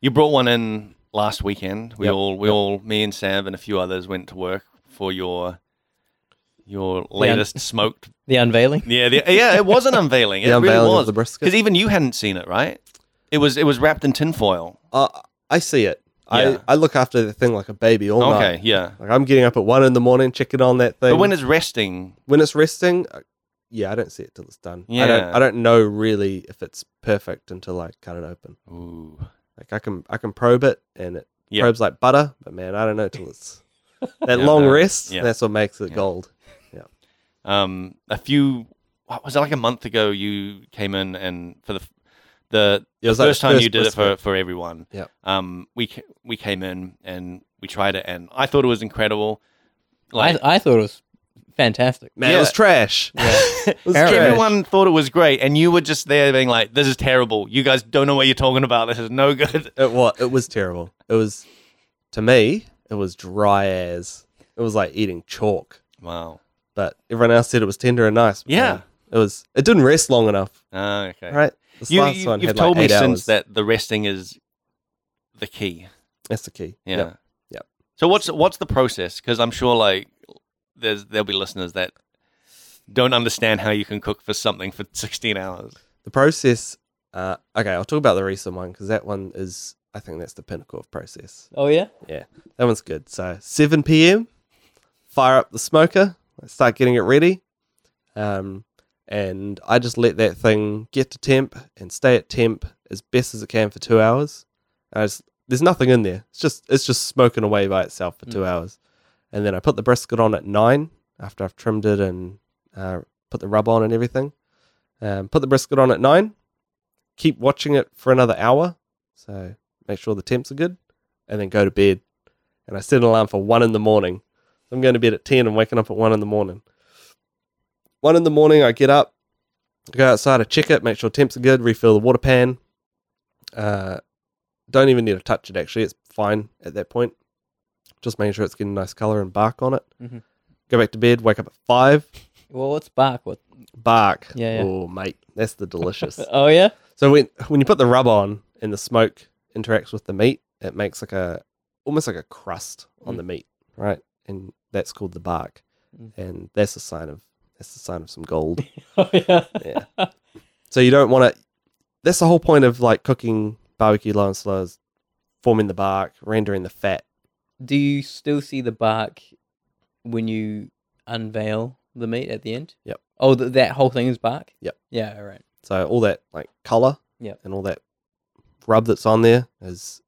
you brought one in last weekend. We
Yep,
all we all me and Sav and a few others went to work for your your latest smoked.
The unveiling.
Yeah, the, yeah, it was an unveiling.
The
it
unveiling
really
of
was.
the brisket.
Cuz even you hadn't seen it, right? It was it was wrapped in tinfoil.
Uh, I see it.
Yeah.
I, I look after the thing like a baby all
Okay,
night.
yeah.
Like I'm getting up at one in the morning, checking on that thing.
But when it's resting,
when it's resting, uh, yeah, I don't see it till it's done. I don't
Yeah.
I don't know really if it's perfect until I cut it open.
ooh.
Like I can I can probe it and it
Yeah.
probes like butter, but man, I don't know till it's that
Yeah,
long
no,
rest.
yeah.
That's what makes it
Yeah.
gold.
um, a few what was it like a month ago you came in and for the f- the
It was like
first
the
time
first
you did it for,
brisket.
for everyone
Yep.
um we ca- we came in and we tried it and i thought it was incredible like
I I thought it was fantastic.
Man, it
Yeah.
was trash. It was
Apparently.
trash.
everyone thought it was great and you were just there being like this is terrible you guys don't know what you're talking about this is no good
It was it was terrible. It was to me, it was dry as it was like eating chalk.
wow
But everyone else said it was tender and nice. but
Yeah.
man, It was it didn't rest long enough.
Ah, okay
Right? This
you,
last
you,
one
have
had
told
like eight
me
hours.
since that the resting is the key
That's the key.
Yeah.
Yep. Yep.
So what's what's the process? Because I'm sure like there's there'll be listeners that don't understand how you can cook for something for 16 hours.
The process uh, okay, I'll talk about the recent one because that one is I think that's the pinnacle of process.
Oh yeah.
Yeah. That one's good. So seven PM, fire up the smoker, start getting it ready. Um, and I just let that thing get to temp and stay at temp as best as it can for two hours. And I just, there's nothing in there. It's just it's just smoking away by itself for two hours. And then I put the brisket on at nine after I've trimmed it and uh, put the rub on and everything. Um, put the brisket on at nine. Keep watching it for another hour. So make sure the temps are good, and then go to bed. And I set an alarm for one in the morning. So I'm going to bed at ten and waking up at one in the morning. One in the morning, I get up, go outside, I check it, make sure temps are good, refill the water pan. Uh, don't even need to touch it. Actually, it's fine at that point. Just making sure it's getting a nice color and bark on it.
Mhm.
Go back to bed. Wake up at five.
Well, what's bark? What?
Bark.
Yeah, yeah.
Oh, mate, that's the delicious.
Oh yeah.
So when when you put the rub on and the smoke interacts with the meat, it makes like a almost like a crust on
Mm.
the meat, right? And that's called the bark,
Mm.
and that's a sign of that's the sign of some gold.
Oh yeah.
Yeah. so you don't want to. That's the whole point of like cooking barbecue low and slow is forming the bark, rendering the fat.
Do you still see the bark when you unveil the meat at the end?
Yep.
Oh, th- that whole thing is bark.
Yep.
Yeah. All right.
So all that like color,
Yep.
and all that rub that's on there is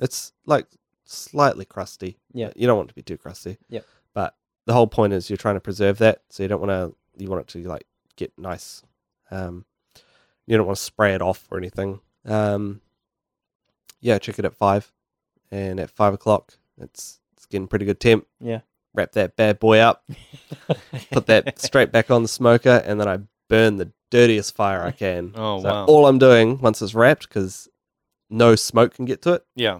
it's like slightly crusty.
Yeah.
you don't want it to be too crusty.
Yep.
but the whole point is you're trying to preserve that, so you don't want to you want it to like get nice. Um, you don't want to spray it off or anything. Um, yeah, check it at five, and at five o'clock it's it's getting pretty good temp.
Yeah.
Wrap that bad boy up, put that straight back on the smoker, and then I burn the dirtiest fire I can.
Oh,
So
wow.
All I'm doing once it's wrapped, because no smoke can get to it.
yeah.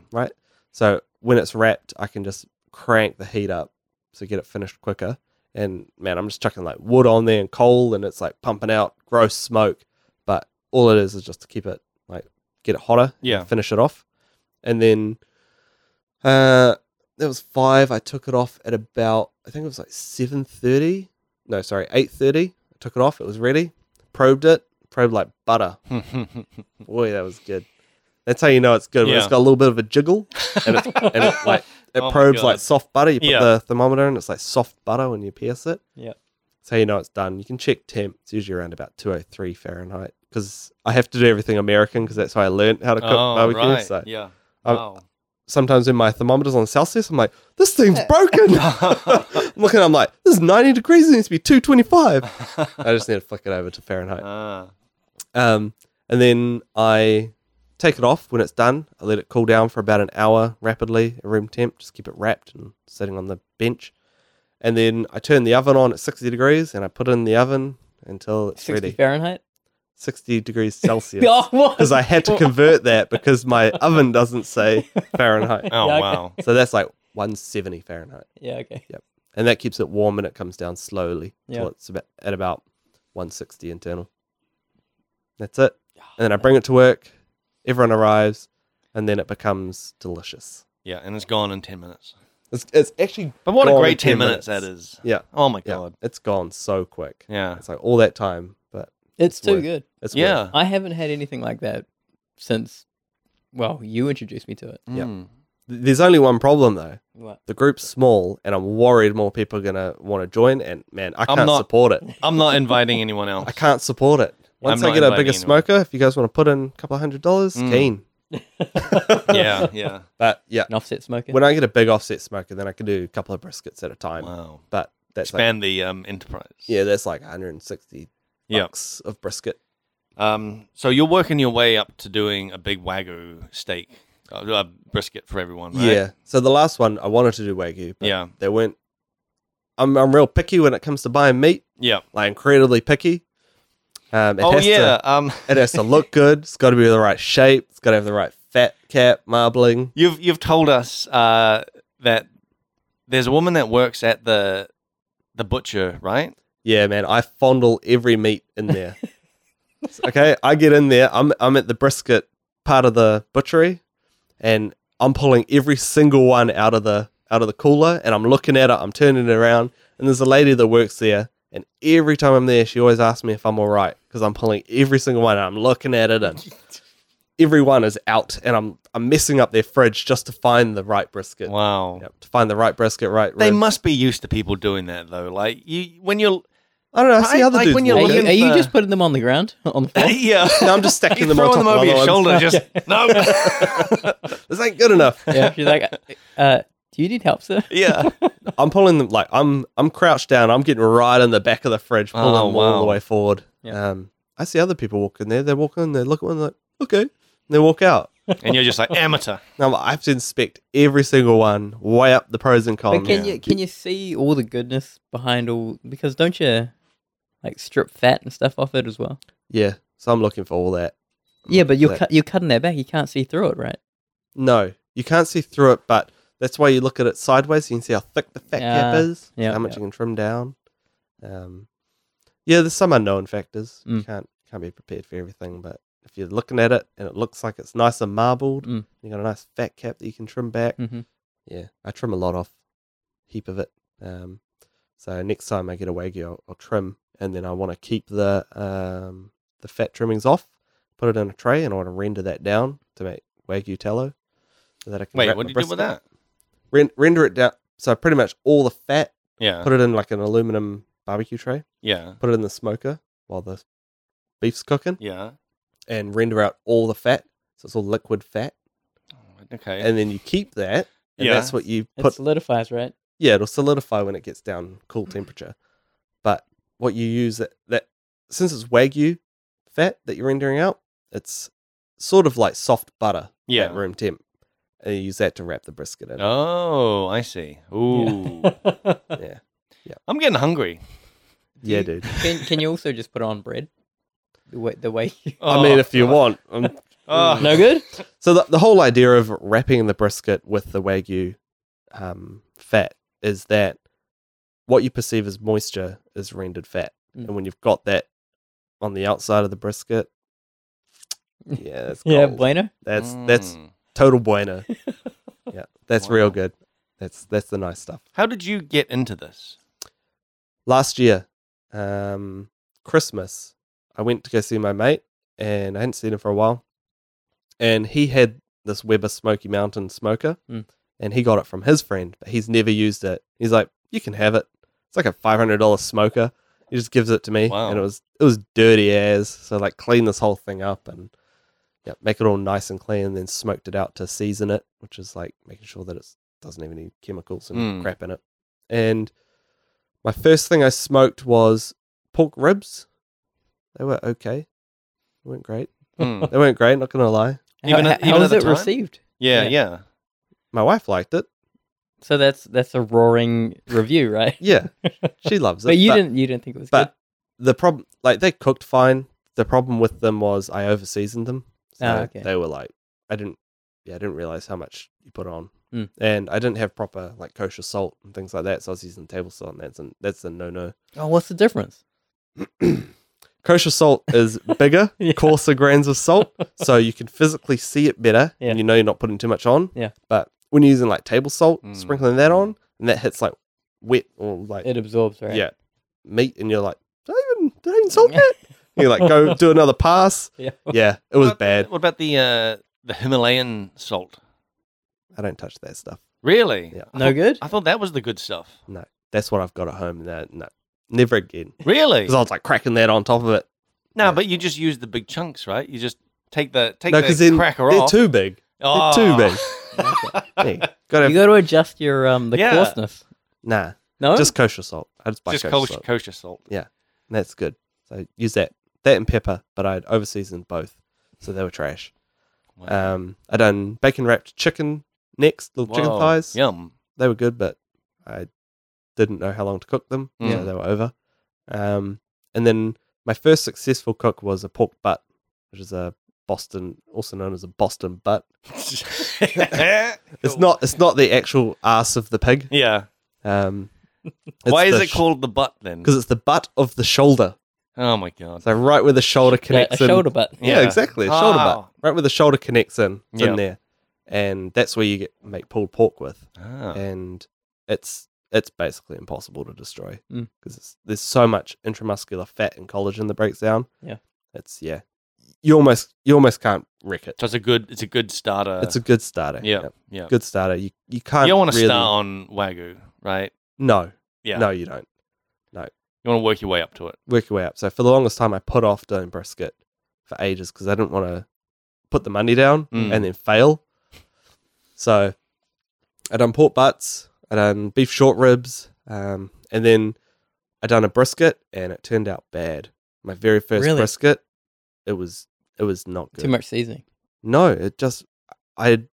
So when it's wrapped, I can just crank the heat up to get it finished quicker. And man, I'm just chucking like wood on there and coal, and it's like pumping out gross smoke. But all it is is just to keep it like get it hotter,
Yeah.
finish it off, and then uh, that was five. I took it off at about I think it was like seven thirty. No, sorry, eight thirty. I took it off. It was ready. Probed it. Probed like butter. Boy, that was good. That's how you know it's good. When it's
Yeah.
got a little bit of a jiggle and it's and it like it
Oh my
probes like
God.
soft butter. You put
Yeah.
the thermometer in, it's like soft butter when you pierce it.
Yeah.
That's how you know it's done. You can check temp. It's usually around about 203 Fahrenheit because I have to do everything American because that's how I learned how to cook
oh,
barbecue.
right.
So
Yeah.
I'm-
Wow.
sometimes when my thermometer's on Celsius, I'm like, this thing's broken. I'm looking, I'm like, this is 90 degrees. It needs to be 225. I just need to flick it over to Fahrenheit.
Ah.
Um, and then I take it off when it's done. I let it cool down for about an hour rapidly at room temp. Just keep it wrapped and sitting on the bench. And then I turn the oven on at 60 degrees and I put it in the oven until it's
60
ready.
Fahrenheit.
60 degrees Celsius.
Oh, what?
Because I had to convert that because my oven doesn't say Fahrenheit.
Oh,
Yeah, okay.
wow.
So that's like 170 Fahrenheit.
Yeah. Okay.
And that keeps it warm and it comes down slowly
Yeah.
till it's about, at about 160 internal. That's it.
Oh,
And then I bring it to work. Everyone arrives, and then it becomes delicious.
Yeah, and it's gone in 10 minutes.
It's, it's actually
But what
Gone
a
in
great
10
10 minutes,
minutes.
that is.
Yeah.
Oh, my
yeah,
God.
it's gone so quick.
Yeah.
It's like all that time, but
It's too
worth-
good.
it's worth
Yeah.
I haven't had anything like that since. Well, you introduced me to it.
Yeah.
Mm.
it. There's only one problem though.
What?
The group's small, and I'm worried more people are gonna want to join. And man, I can't
not-
support it.
I'm not inviting anyone else.
I can't support it. Once I
not
get a
inviting
bigger
anyone.
smoker, if you guys want to put in a couple of hundred dollars,
Mm.
keen.
Yeah, yeah.
But yeah,
An offset smoker.
when I get a big offset smoker, then I can do a couple of briskets at a time.
Wow.
But that's like,
Expand the um, enterprise.
yeah, that's like 160
Yeah.
bucks of brisket.
Um, so you're working your way up to doing a big wagyu steak, uh, uh, brisket for everyone, right?
Yeah. So the last one I wanted to do wagyu, but
Yeah.
they weren't. I'm I'm real picky when it comes to buying meat.
Yeah.
Like incredibly picky. Um, it
oh,
has
yeah. um,
To, it has to look good. It's got to be the right shape. It's got to have the right fat cap marbling.
You've you've told us uh, that there's a woman that works at the the butcher, right?
Yeah, man, I fondle every meat in there. okay, I get in there. I'm I'm at the brisket part of the butchery, and I'm pulling every single one out of the out of the cooler, and I'm looking at it. I'm turning it around, and there's a lady that works there, and every time I'm there, she always asks me if I'm all right because I'm pulling every single one. And I'm looking at it, and everyone is out, and I'm I'm messing up their fridge just to find the right brisket.
Wow.
Yep, to find the right brisket, right
They
rib.
must be used to people doing that though. Like you when you're
I don't know. I see
Right,
other
like
dudes.
when
do
you're
it.
Are you,
looking
are you
for-
just putting them on the ground on the floor?
yeah.
No, I'm just stacking
You
them on
throwing
top
them
of
over your
other ones.
shoulder. Just no.
This ain't good enough.
yeah. She's like, uh, do you need help, sir?
yeah.
I'm pulling them like I'm I'm crouched down. I'm getting right in the back of the fridge, pulling
Oh,
them all
wow.
the way forward.
Yeah.
Um, I see other people walking there. They walk in, they look at one, they're like okay, and they walk out.
And you're just like amateur.
Now I have to inspect every single one, weigh up the pros and cons.
But can you can you see all the goodness behind all? Because don't you like strip fat and stuff off it as well?
Yeah, so I'm looking for all that. Mm,
Yeah, but you're
Like-
cut you're cutting that back. You can't see through it, right?
No, you can't see through it, but that's why you look at it sideways. You can see how thick the fat cap
Yeah,
is,
yeah,
how much
yeah.
you can trim down. Um, yeah, there's some unknown factors. You
Mm.
can't can't be prepared for everything, but if you're looking at it and it looks like it's nice and marbled,
Mm.
you got a nice fat cap that you can trim back.
Mhm.
Yeah, I trim a lot off, heap of it. Um, so next time I get a wagyu, I'll, I'll trim, and then I want to keep the um, the fat trimmings off, put it in a tray, and I want to render that down to make wagyu tallow, so that I can.
Wait,
wrap
what
my
do you do with
brisket.
that?
Ren- render it down. So pretty much all the fat,
Yeah.
put it in like an aluminum barbecue tray,
Yeah.
put it in the smoker while the beef's cooking,
Yeah.
and render out all the fat. So it's all liquid fat,
Okay.
and then you keep that, and
Yeah.
that's what you
It
put
solidifies, right?
yeah, it'll solidify when it gets down
Mm-hmm.
cool temperature. But what you use that, that since it's wagyu fat that you're rendering out, it's sort of like soft butter
Yeah.
at room temp, and you use that to wrap the brisket in.
oh, I see. Ooh.
Yeah.
Yeah,
I'm getting hungry.
yeah, dude.
can can you also just put it on bread? The way the way you...
I mean,
Oh,
if you
God.
want, um,
Oh.
no good.
So the, the whole idea of wrapping the brisket with the wagyu um, fat is that what you perceive as moisture is rendered fat,
Mm.
and when you've got that on the outside of the brisket, yeah, that's
Yeah,
gold.
bueno.
That's that's
Mm.
total bueno. yeah, that's
Wow.
real good. That's that's the nice stuff.
How did you get into this?
Last year, um, Christmas, I went to go see my mate, and I hadn't seen him for a while, and he had this Weber Smoky Mountain smoker,
Mm.
and he got it from his friend, but he's never used it. He's like, "You can have it. It's like a five hundred dollar smoker." He just gives it to me,
Wow.
and it was it was dirty as. So like, clean this whole thing up and yeah, make it all nice and clean, and then smoked it out to season it, which is like making sure that it doesn't have any chemicals and
Mm.
crap in it. And my first thing I smoked was pork ribs. They were okay. They weren't great.
Hmm.
They weren't great, not gonna lie.
Even
how,
at-
how
even
was
at
it
the time?
received?
Yeah,
Yeah.
yeah.
My wife liked it.
So that's that's a roaring review, right?
Yeah. she loves it.
But you didn't you didn't think it was
but the problem like they cooked fine. The problem with them was I over seasoned them. So
Ah, okay.
they were like I didn't yeah, I didn't realize how much you put on.
Mm.
And I didn't have proper like kosher salt and things like that, so I was using table salt and that's an, that's a no no.
good? Oh, what's the difference?
Kosher salt is bigger,
Yeah.
coarser grains of salt, so you can physically see it better,
Yeah.
and you know you're not putting too much on.
Yeah. Hmm.
But when you're using like table salt,
Mm.
sprinkling that on, and that hits like wet or like
It absorbs, right?
yeah meat, and you're like, did I even did I even salt that? And you like go do another pass.
Yeah.
Yeah, it was
What-
bad.
What about the uh, the Himalayan salt?
I don't touch that stuff.
Really?
Yeah.
I
No
thought-
good.
I thought that was the good stuff.
That's what I've got at home. and That no, never again.
Really?
Because I was like cracking that on top of it.
No,
Yeah.
but you just use the big chunks, right? You just take the take
no,
the
because then
cracker
they're
off.
too big.
oh.
too big.
Okay.
Hey, gotta
You got to adjust your um the
Yeah.
coarseness.
nah,
No,
just kosher salt. I just buy
just
kosher
kosher,
salt.
kosher salt.
and that's good. So use that, that and pepper. But I'd overseasoned both, so they were trash.
Wow.
Um, I done bacon wrapped chicken next, little chicken
Whoa,
thighs.
Yum.
they were good, but I didn't know how long to cook them,
Yeah.
so they were over. Um, and then my first successful cook was a pork butt, which is a Boston, also known as a Boston butt. It's
it's
not, it's not the actual ass of the pig.
Yeah.
Um,
Why is it called the butt then?
Because it's the butt of the shoulder.
Oh my god.
So right where the shoulder
a,
connects
a
in.
shoulder butt.
Yeah, exactly. A shoulder butt. Right where the shoulder connects in. It's in
Ah. Yeah.
there. And that's where you get make pulled pork with.
Ah.
And it's it's basically impossible to destroy
Mm.
because there's so much intramuscular fat and collagen that breaks down.
Yeah.
It's yeah. you almost you almost can't wreck it.
So it's a good it's a good starter.
it's a good starter.
Uh, yeah, yeah.
good starter. You you can't.
You don't want to
really,
start on wagyu, right?
No,
Yeah.
no, you don't.
You want to work your way up to it.
Work your way up. So for the longest time, I put off doing brisket for ages because I didn't want to put the money down
Mm.
and then fail. So I done pork butts, I done beef short ribs, um, and then I done a brisket, and it turned out bad. My very first
Really?
brisket, it was it was not good.
Too much seasoning.
No, it just I had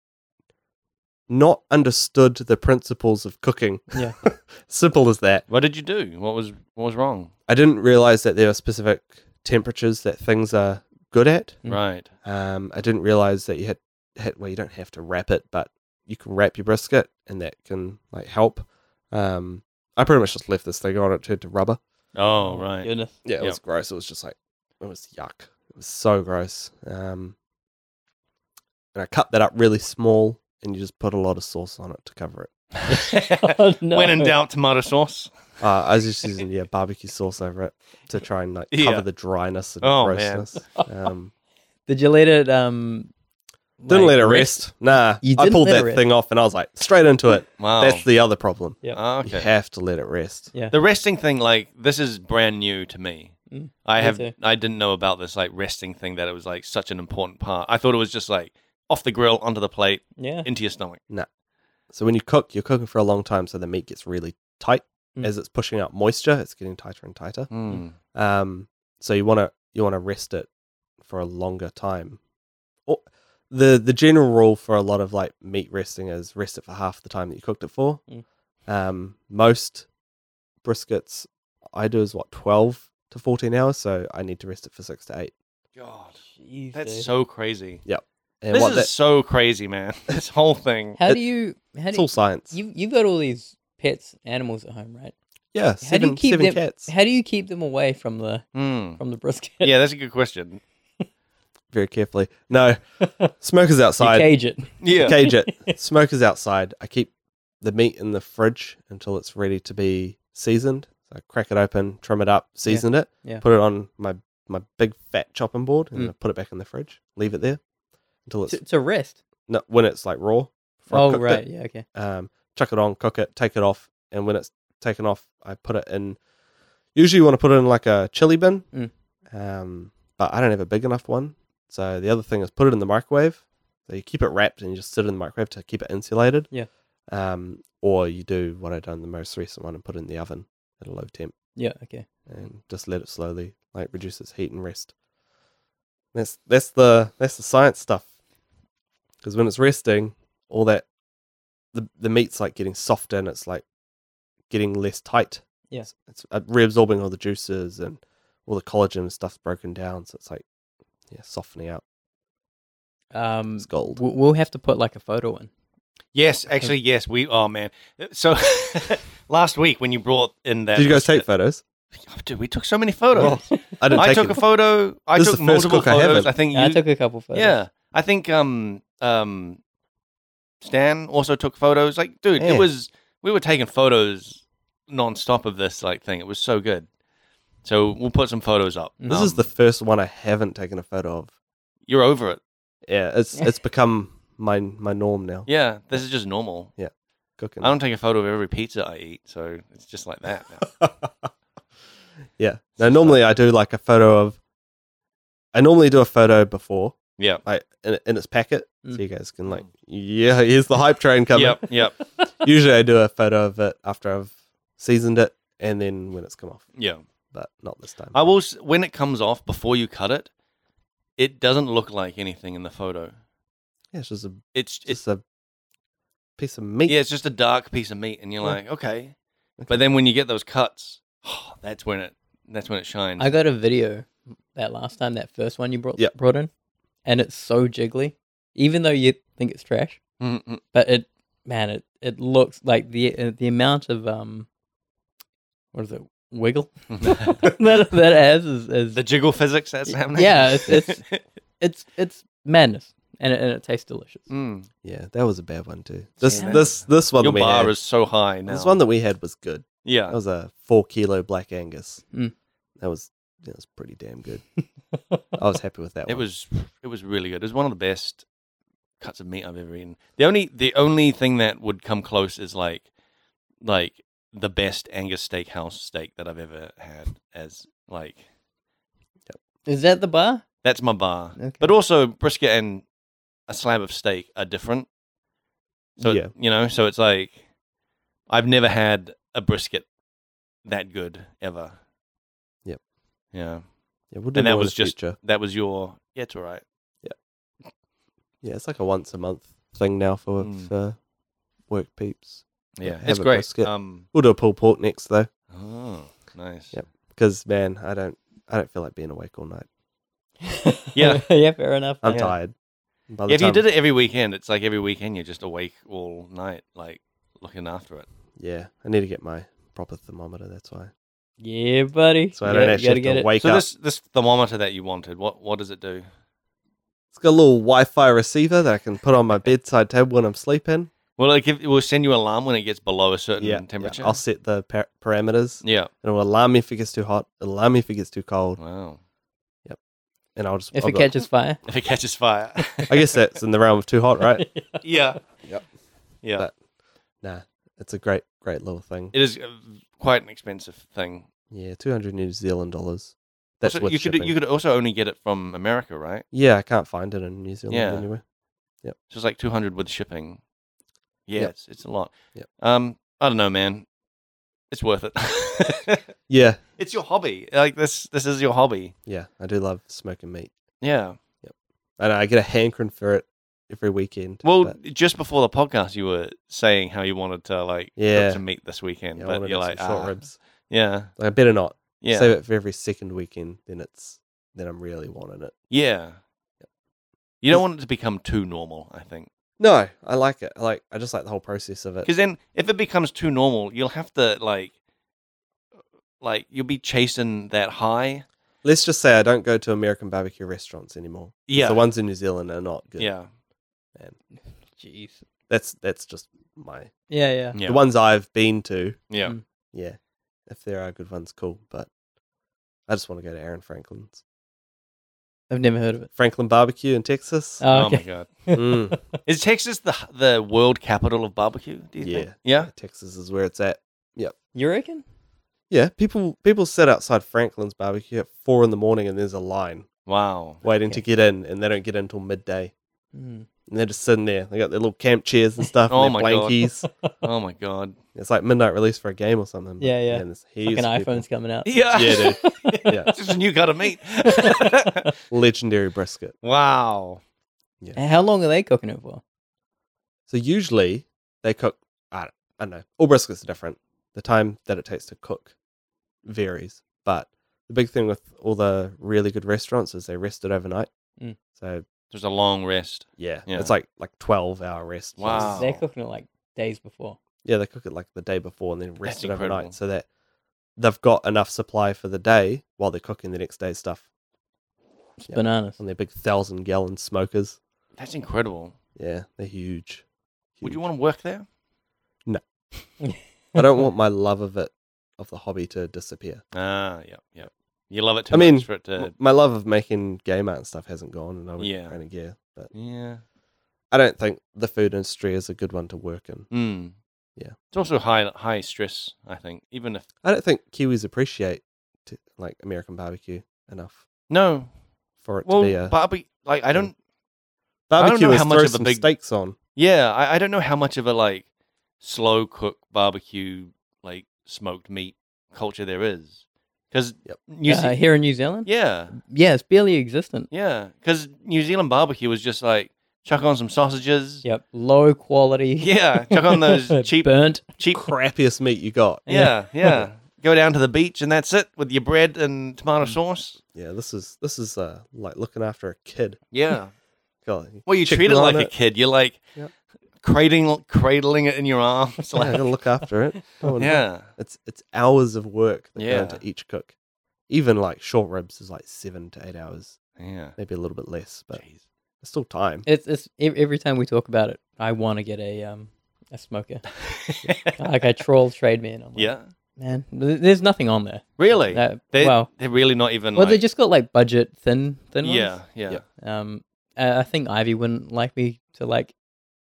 not understood the principles of cooking.
Yeah.
Simple as that.
What did you do? What was what was wrong?
I didn't realize that there are specific temperatures that things are good at.
Mm.
Right.
Um, I didn't realize that you had, had well, you don't have to wrap it, but you can wrap your brisket, and that can like help. Um, I pretty much just left this thing on; it turned to rubber.
Oh, right.
Goodness.
Yeah, it was gross. It was just like it was yuck. It was so gross. Um, and I cut that up really small, and you just put a lot of sauce on it to cover it.
Oh, no.
When in doubt, tomato sauce.
Uh, I was just using yeah barbecue sauce over it to try and like cover
Yeah.
the dryness and
Oh, man.
grossness. Um,
Did you let it? Um,
didn't
like,
let it rest. Nah,
You
I
didn't
pulled
let it
that
rest. Oh.
thing off, and I was like straight into it.
Wow.
That's the other problem.
Ah,
You
okay.
have to let it rest.
Yeah.
The resting thing, like this, is brand new to me.
Mm,
I
me
have
too.
I didn't know about this like resting thing that it was like such an important part. I thought it was just like off the grill onto the plate
Yeah.
into your stomach.
So when you cook, you're cooking for a long time, so the meat gets really tight
Mm.
as it's pushing out moisture. It's getting tighter and tighter.
Mm.
Um, so you want to you want to rest it for a longer time. Or the the general rule for a lot of like meat resting is rest it for half the time that you cooked it for.
Mm.
Um, most briskets I do is what twelve to fourteen hours, so I need to rest it for six to eight.
God,
Jeez,
that's
dude.
so crazy.
And
this
what
is
that,
so crazy, man. This whole thing.
How
it-
do you? How
it's
do
all
you,
science.
you? You've got all these pets, animals at home, right?
yeah,
do you
seven
keep
seven
them-
cats.
How do you keep them away from the
Mm.
from the brisket?
Yeah, that's a good question.
Very carefully. No, smokers
you
outside.
cage it.
Yeah.
cage it. Smoke is outside. I keep the meat in the fridge until it's ready to be seasoned. So I crack it open, trim it up, season it,
yeah.
put it on my my big fat chopping board, and
Mm.
I put it back in the fridge. Leave it there until it's
to, to rest.
no, when it's like raw. before I've
Oh
cooked it.
right, yeah, okay.
Um, chuck it on, cook it, take it off, and when it's taken off, I put it in. Usually, you want to put it in like a chili bin,
Mm.
um, but I don't have a big enough one. So the other thing is put it in the microwave. So you keep it wrapped and you just sit it in the microwave to keep it insulated.
Yeah.
Um, or you do what I done the most recent one and put it in the oven at a low temp
Yeah, okay.
and just let it slowly like reduce its heat and rest. That's that's the that's the science stuff. Because when it's resting, all that the the meat's like getting softer and it's like getting less tight.
Yeah.
it's, it's uh, reabsorbing all the juices and all the collagen and stuff's broken down, so it's like yeah, softening out.
Um,
Mm,
It's gold.
w- we'll have to put like a photo in.
Yes, actually, yes. We. Oh man. So last week when you brought in that,
Did you guys take photos?
Oh, dude, we took so many photos.
I didn't
I
take
took a
it.
photo. I
This is
took
the first
multiple
cook I
photos.
haven't.
I, think you.
I took a couple photos.
yeah, I think um um Stan also took photos. Like, dude,
Yeah.
it was we were taking photos nonstop of this like thing. It was so good. So we'll put some photos up.
this is
Um,
the first one I haven't taken a photo of.
you're over it.
Yeah, it's it's become my my norm now.
Yeah, this is just normal.
Cooking.
I don't take a photo of every pizza I eat, so it's just like that. now.
yeah. Now normally I do like a photo of. I normally do a photo before,
yeah.
like in, in its packet, so
Mm.
you guys can like, yeah, here's the hype train coming.
Yep. Yep.
Usually I do a photo of it after I've seasoned it, and then when it's come off,
Yeah.
but not this time.
I will. s- When it comes off before you cut it, it doesn't look like anything in the photo.
yeah, it's just a
It's it's
it's a piece of meat.
Yeah, it's just a dark piece of meat, and you're
Yeah.
like, okay. But then when you get those cuts, that's when it that's when it shines.
I got a video that last time, that first one you brought
Yeah.
brought in, and it's so jiggly, even though you think it's trash.
Mm, mm.
But it, man, it it looks like the uh, the amount of um, what is it, wiggle that that it has is, is
the jiggle physics that's
Y-
happening.
yeah, it's- it's- it's it's madness, and it, and it tastes delicious.
Mm.
Yeah, that was a bad one too. This
Yeah.
this this one
your
that we
bar
had,
is so high now. Uh.
this one that we had was good.
yeah,
That was a four kilo black Angus.
Mm.
That was that was pretty damn good. I was happy with that.
It
one.
was it was really good. It was one of the best cuts of meat I've ever eaten. The only the only thing that would come close is like like the best Angus steakhouse steak that I've ever had as like
Is that the bar?
that's my bar.
Okay.
But also brisket and a slab of steak are different. So
yeah.
you know, so it's like I've never had a brisket that good ever.
Yep.
Yeah.
yeah, we'll do
and
more
that
in
was
the
just-
future.
That was your yeah, it's all right.
Yeah, it's like a once a month thing now for
Mm.
for work peeps.
Yeah.
have
It's
a
great.
brisket.
Um
We'll do a pulled pork next though,
oh, nice.
Yep. because man, I don't I don't feel like being awake all night.
Yeah.
yeah, fair enough.
I'm
yeah.
tired. By
Yeah, if you did it every weekend, it's like every weekend you're just awake all night, like looking after it.
yeah, I need to get my proper thermometer. That's why.
Yeah, buddy.
So I
Yeah,
don't
you
actually
gotta
have
get
to
it.
wake
so
up.
this this thermometer that you wanted, what what does it do?
It's got a little Wi-Fi receiver that I can put on my bedside table when I'm sleeping.
Well, like if, it will send you an alarm when it gets below a certain
Yeah, yeah,
temperature.
I'll set the par- parameters.
Yeah.
and It'll alarm me if it gets too hot. It'll alarm me if it gets too cold.
Wow.
And I'll just
If
I'll
it
be like,
catches fire.
If it catches fire.
I guess that's in the realm of too hot, right?
yeah.
Yep.
Yeah.
But- nah, it's a great, great little thing.
it is uh, quite an expensive thing.
Yeah, two hundred New Zealand dollars. That's
also,
what
you could you could also only get it from America, right?
Yeah, I can't find it in New Zealand
Yeah.
anywhere.
So it's like 200 with shipping. Yeah,
Yep.
it's, it's a lot.
Yep.
Um I don't know, man. It's worth it.
Yeah,
it's your hobby. Like this this is your hobby.
yeah, I do love smoking meat,
Yeah.
and I get a hankering for it every weekend.
Well,
but
just before the podcast, you were saying how you wanted to like
Yeah.
to meet this weekend,
yeah, I wanna
but
do
you're like,
some short
ah,
ribs.
yeah,
Like, I better not
yeah,
save it for every second weekend. Then it's then I'm really wanting it.
yeah. You don't want it to become too normal, I think,
No, I like it. I like I just like the whole process of it.
because then if it becomes too normal, you'll have to like, like you'll be chasing that high.
Let's just say I don't go to American barbecue restaurants anymore. 'cause
Yeah,
the ones in New Zealand are not good.
yeah,
Jeez.
that's that's just my
Yeah, yeah.
yeah,
the ones I've been to.
yeah.
Mm.
Yeah, if there are good ones, cool. But I just want to go to Aaron Franklin's
I've never heard of it.
Franklin Barbecue in Texas.
Oh,
Oh my
okay.
god,
Mm,
is Texas the the world capital of barbecue? Do you think?
Yeah.
Yeah,
Texas is where it's at.
You reckon?
Yeah, people people sit outside Franklin's barbecue at four in the morning, and there's a line
wow,
waiting to
Okay.
get in, and they don't get in until midday. And
Mm.
they're just sitting there. They got their little camp chairs and stuff,
Oh
and
my
their
God.
blankies.
oh my god,
It's like midnight release for a game or something. but
Yeah, yeah.
man, there's heaps
Fucking
of people.
iPhone's coming out.
yeah,
Yeah, dude. Yeah,
It's just a new cut of meat.
legendary brisket.
wow.
And How long are they cooking it for?
So usually they cook. I don't, I don't know. All briskets are different. The time that it takes to cook varies. But the big thing with all the really good restaurants is they rest it overnight.
Mm.
So
There's a long rest.
yeah,
Yeah.
it's like like twelve hour rest.
Wow.
Just-
They're cooking it like days before.
Yeah, they cook it like the day before and then rest
That's
it
incredible.
overnight so that they've got enough supply for the day while they're cooking the next day's stuff
It's
Yeah.
bananas.
on their big thousand gallon smokers.
That's incredible.
Yeah, they're huge.
Would you
Huge.
want to work there?
I don't want my love of it, of the hobby, to disappear.
Ah, yeah, yeah. You love it too
I mean,
much for it to.
M- my love of making game art and stuff hasn't gone, and I would
Uh, Yeah.
kind of yeah, but
Yeah.
I don't think the food industry is a good one to work in.
Mm.
Yeah.
It's also high high stress. I think even if
I don't think Kiwis appreciate t like American barbecue enough
no,
for it
well,
to be a
barbecue. Like I don't. I don't
barbecue.
know
is
how much
throw
of a
some
big-
steaks on.
Yeah, I, I don't know how much of a like slow cook barbecue like smoked meat culture there is because
Yep.
New
Uh,
Ze-
here in New Zealand?
yeah,
Yeah, it's barely existent.
yeah, because New Zealand barbecue was just like chuck on some sausages.
Yep. Low quality.
Yeah, chuck on those cheap
burnt.
cheap
Crappiest meat you got.
Yeah, yeah. Go down to the beach and that's it with your bread and tomato
Mm.
sauce.
Yeah, this is this is uh like looking after a kid.
Yeah.
God,
Well, you
Chicken
treat it
on
like a
it.
kid. You're like
Yep.
cradling, cradling it in your arms.
yeah, I
Like,
gotta look after it. I wanna-
yeah.
it's it's hours of work that
Yeah.
go into each cook. Even like short ribs is like seven to eight hours,
Yeah.
maybe a little bit less, but
Jeez.
it's still time.
It's, it's ev- every time we talk about it, I want to get a um a smoker. like I troll trade man. I'm like,
yeah.
man. Th- There's nothing on there.
Really?
That-
they,
well,
they're really not even.
well, they
like-
just got like budget thin, thin ones.
yeah, yeah,
Yeah.
Um, I I think Ivy wouldn't like me to like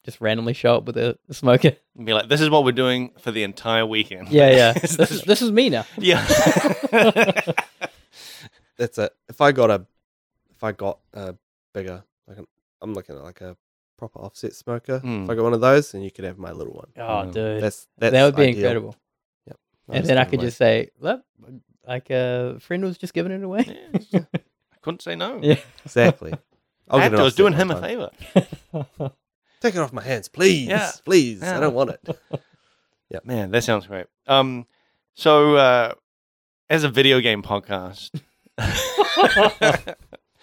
just randomly show up with a a smoker.
And Be like, this is what we're doing for the entire weekend.
Yeah, yeah.
It's
this, is, this is me now.
yeah.
That's it. If I got a, if I got a bigger, like an, I'm looking at like a proper offset smoker. If
Mm.
I got one of those, then you could have my little one.
Oh,
Mm.
dude,
That's, that's
Hmm. that would be
ideal.
incredible.
No,
And
it's
then I
going
could
away.
just say, "Look, like a friend was just giving it away."
Yeah, I couldn't say no.
Yeah.
exactly.
I,
I'll
had
get an
to. I was
offset
doing
one
him a
time.
favor.
Take it off my hands, please,
Yeah.
please.
Yeah.
I don't want it.
Man, that sounds great. Um, so uh, as a video game podcast,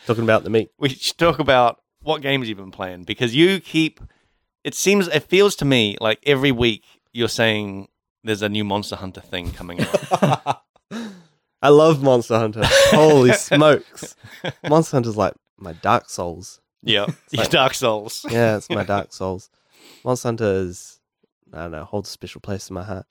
Talking about the meat.
we should talk about what games you've been playing because you keep. It seems it feels to me like every week you're saying there's a new Monster Hunter thing coming out.
I love Monster Hunter. Holy smokes. Monster Hunter's like my Dark Souls.
yeah,
like-
Dark Souls.
Yeah, it's my Dark Souls. Monster Hunter is, I don't know, holds a special place in my heart.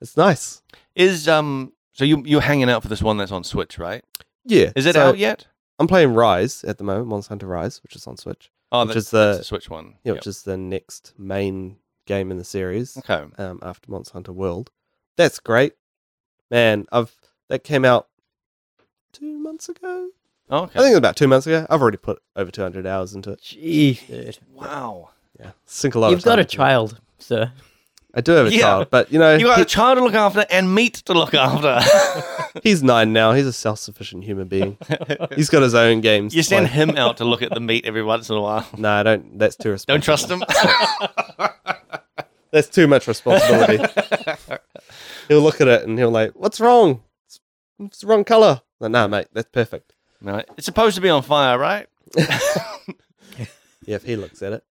It's nice.
Is um. So you you're hanging out for this one that's on Switch, right?
Yeah.
Is it
so
out yet?
I'm playing Rise at the moment, Monster Hunter Rise, which is on Switch.
Oh,
which
that's,
is the-
that's the Switch one.
Yeah,
Yep.
which is the next main game in the series.
Okay.
um, after Monster Hunter World. That's great, man. I've that came out two months ago.
Oh,
I
okay.
think it was about two months ago. I've already put over two hundred hours into it.
Jeez, dude,
wow.
Yeah, sink a lot.
you've
of time
got a
into it.
child, sir.
I do have a
Yeah.
child, but you know
You got
he-
a child to look after and meat to look after.
he's nine now. He's a self-sufficient human being. he's got his own games.
you
to
send
play.
him out to look at the meat every once in a while.
No, I don't. That's too responsible.
Don't trust him.
That's too much responsibility. he'll look at it and he'll like, "What's wrong? It's, it's the wrong color." Like, nah, mate, that's perfect.
no, it's supposed to be on fire, right?
Yeah, if he looks at it.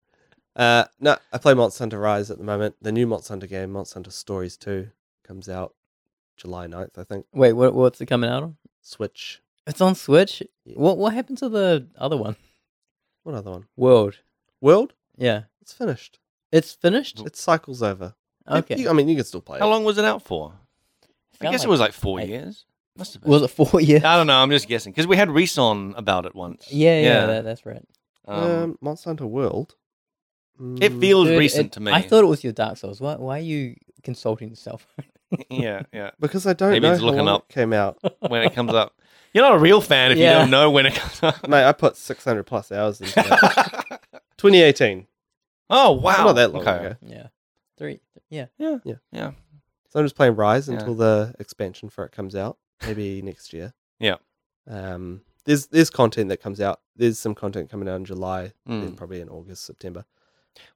Uh, no, I play Monster Hunter Rise at the moment. The new Monster Hunter game, Monster Hunter Stories 2, comes out July 9th, I think.
Wait, what, what's it coming out on?
Switch.
It's on Switch.
Yeah.
What what happened to the other one?
What other one?
World.
World?
Yeah,
It's finished.
it's finished.
It cycles over. You-
Okay.
you- I mean, you can still play
How
it.
long was it out for? I
Felt
guess
like-
it was like four
eight.
years. Must have been.
Was it four years?
I don't know. I'm just guessing because we had Reese on about it once.
Yeah, yeah,
Yeah.
That, that's right.
Um,
Um, Monster Hunter World?
it
Mm,
feels
Dude,
recent
it-
to me.
I thought it was your Dark Souls. Why why are you consulting yourself?
yeah, yeah.
mm, Because I don't
Maybe
know
it's
how
looking
long
up.
it came out.
When it comes up, you're not a real fan if
Yeah.
you don't know when it comes up.
Mate, I put 600 plus hours into it. 2018.
oh wow!
Not that long
Okay.
ago.
yeah, three. Yeah,
So I'm just playing Rise
Yeah.
until the expansion for it comes out, maybe next year.
Yeah.
Um, there's there's content that comes out. There's some content coming out in July, then
Mm.
probably in August, September.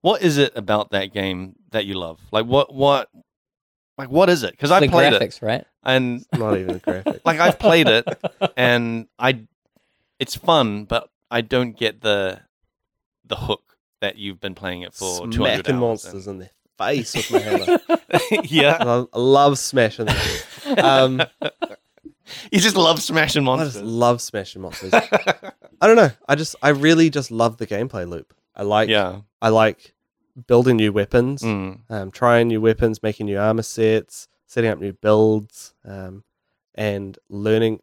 What is it about that game that you love? Like what what like what is it? Because I
the
played it
graphics, right?
and
Not even a graphic.
like I've played it Hmm. and I it's fun, but I don't get the the hook that you've been playing it for two hundred
Smacking
hours.
monsters in the face with my hammer.
yeah,
And I, I love smashing them. Um,
you just love smashing
I just
monsters.
love smashing monsters. I don't know. I just I really just love the gameplay loop. I like
yeah,
I like building new weapons.
Mm.
um, trying new weapons, making new armor sets, setting up new builds, um, and learning.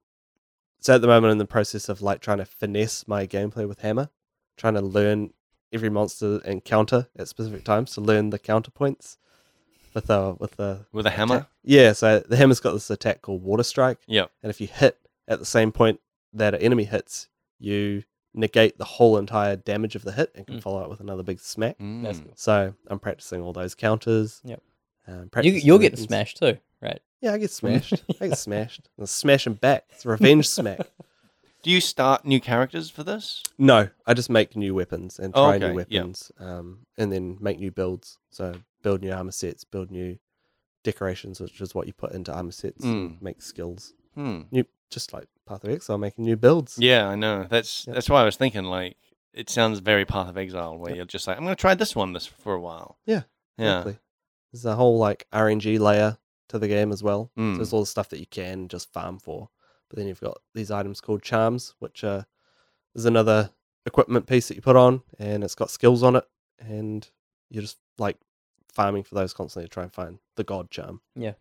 So at the moment, I'm in the process of like trying to finesse my gameplay with hammer, trying to learn every monster and counter at specific times to learn the counterpoints with the with the
with a hammer.
attack. Yeah, so the hammer's got this attack called water strike.
Yeah.
and if you hit at the same point that an enemy hits, you negate the whole entire damage of the hit and can
Mm.
follow it with another big smack.
Mm.
That's cool.
So I'm practicing all those counters.
Yep.
Um,
You
practicing
you're getting
weapons.
smashed too, right?
Yeah, I get smashed. I get smashed. I'm smashing back. It's a revenge smack.
Do you start new characters for this?
No, I just make new weapons and try new
Okay, yeah.
weapons, um, and then make new builds. So build new armor sets, build new decorations, which is what you put into armor sets. and
Mm.
Make skills.
Hmm.
New, just like Path of Exile, making new builds.
Yeah, I know. That's
Yep.
that's why I was thinking like it sounds very Path of Exile where you're just like I'm going to try this one this for a while.
Yeah,
Yeah.
There's a whole like RNG layer to the game as well. So
Mm.
there's all the stuff that you can just farm for. But then you've got these items called charms, which uh, is another equipment piece that you put on and it's got skills on it. And you're just like farming for those constantly to try and find the god charm.
Yeah.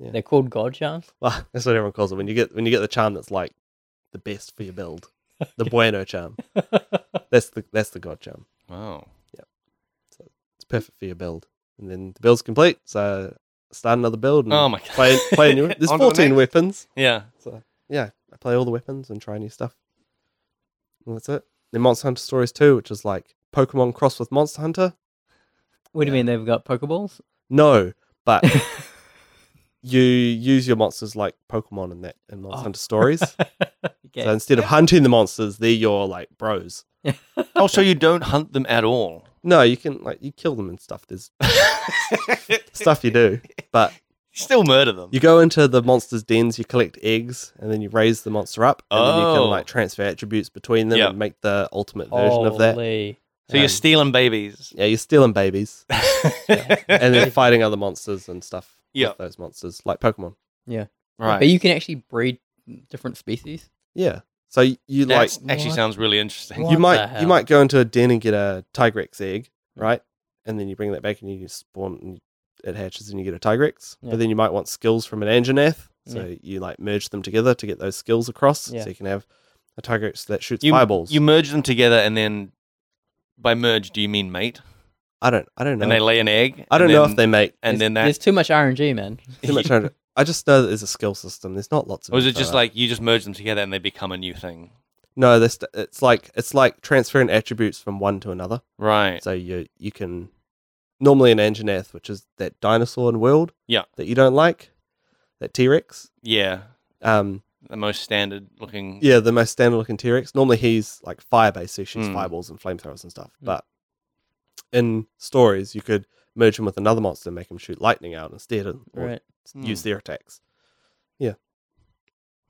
Yeah.
They're called God charms.
Well, that's what everyone calls it. When you get when you get the charm that's like the best for your build, the bueno charm. That's the that's the god charm.
Wow.
It's perfect for your build. And then the build's complete, so start another build. And
Oh my god.
Play play a new. There's
On to the
14
next.
weapons.
Yeah.
Yeah, I play all the weapons and try new stuff. And that's it. Then Monster Hunter Stories 2, which is like Pokemon cross with Monster Hunter.
What do you mean they've got Pokeballs?
No, but you use your monsters like Pokemon in that in Monster
Oh.
Hunter Stories.
Okay.
So instead of hunting the monsters, they're your like bros.
Oh, so you don't hunt them at all?
No, you can like you kill them and stuff. There's stuff you do, but
Still murder them.
you go into the monsters' dens, you collect eggs, and then you raise the monster up, and then you
Oh.
can like transfer attributes between them
Yeah. Oh,
and make the ultimate version of that.
Holy.
so you're
Um,
stealing babies.
yeah, you're stealing babies and then fighting other monsters and stuff. with
Yeah.
those monsters like Pokemon.
right.
But you can actually breed different species.
Yeah, so y- you like
That actually
What?
sounds really interesting.
What
you
the
might you
hell?
might go into a den and get a Tigrex egg,
Mm.
right? And then you bring that back and you spawn and it hatches and you get a Tigrex.
Yeah.
But then you might want skills from an Anjanath. So you like merge them together to get those skills across.
Yeah.
So you can have a Tigrex that shoots
You-
fireballs.
You merge them together, and then by merge, do you mean mate?
I don't I don't know.
And they lay an egg.
I don't
and
know
then-
if they make
And
There's-
then that.
There's too much RNG, man.
too much under- I just know that there's a skill system. There's not lots of
Or is it
info
just
out.
like you just merge them together and they become a new thing?
No, this it's like it's like transferring attributes from one to another.
Right.
So you you can normally an Anjanath, which is that dinosaur in world,
Yeah.
that you don't like, that T Rex.
Yeah.
Um,
The most standard looking.
yeah, the most standard looking T Rex. Normally he's like fire based, so he shoots
Hmm.
fireballs and flamethrowers and stuff.
Hmm.
But in stories, you could merge him with another monster and make him shoot lightning out instead, and or
Right.
Hmm.
use their attacks. Yeah,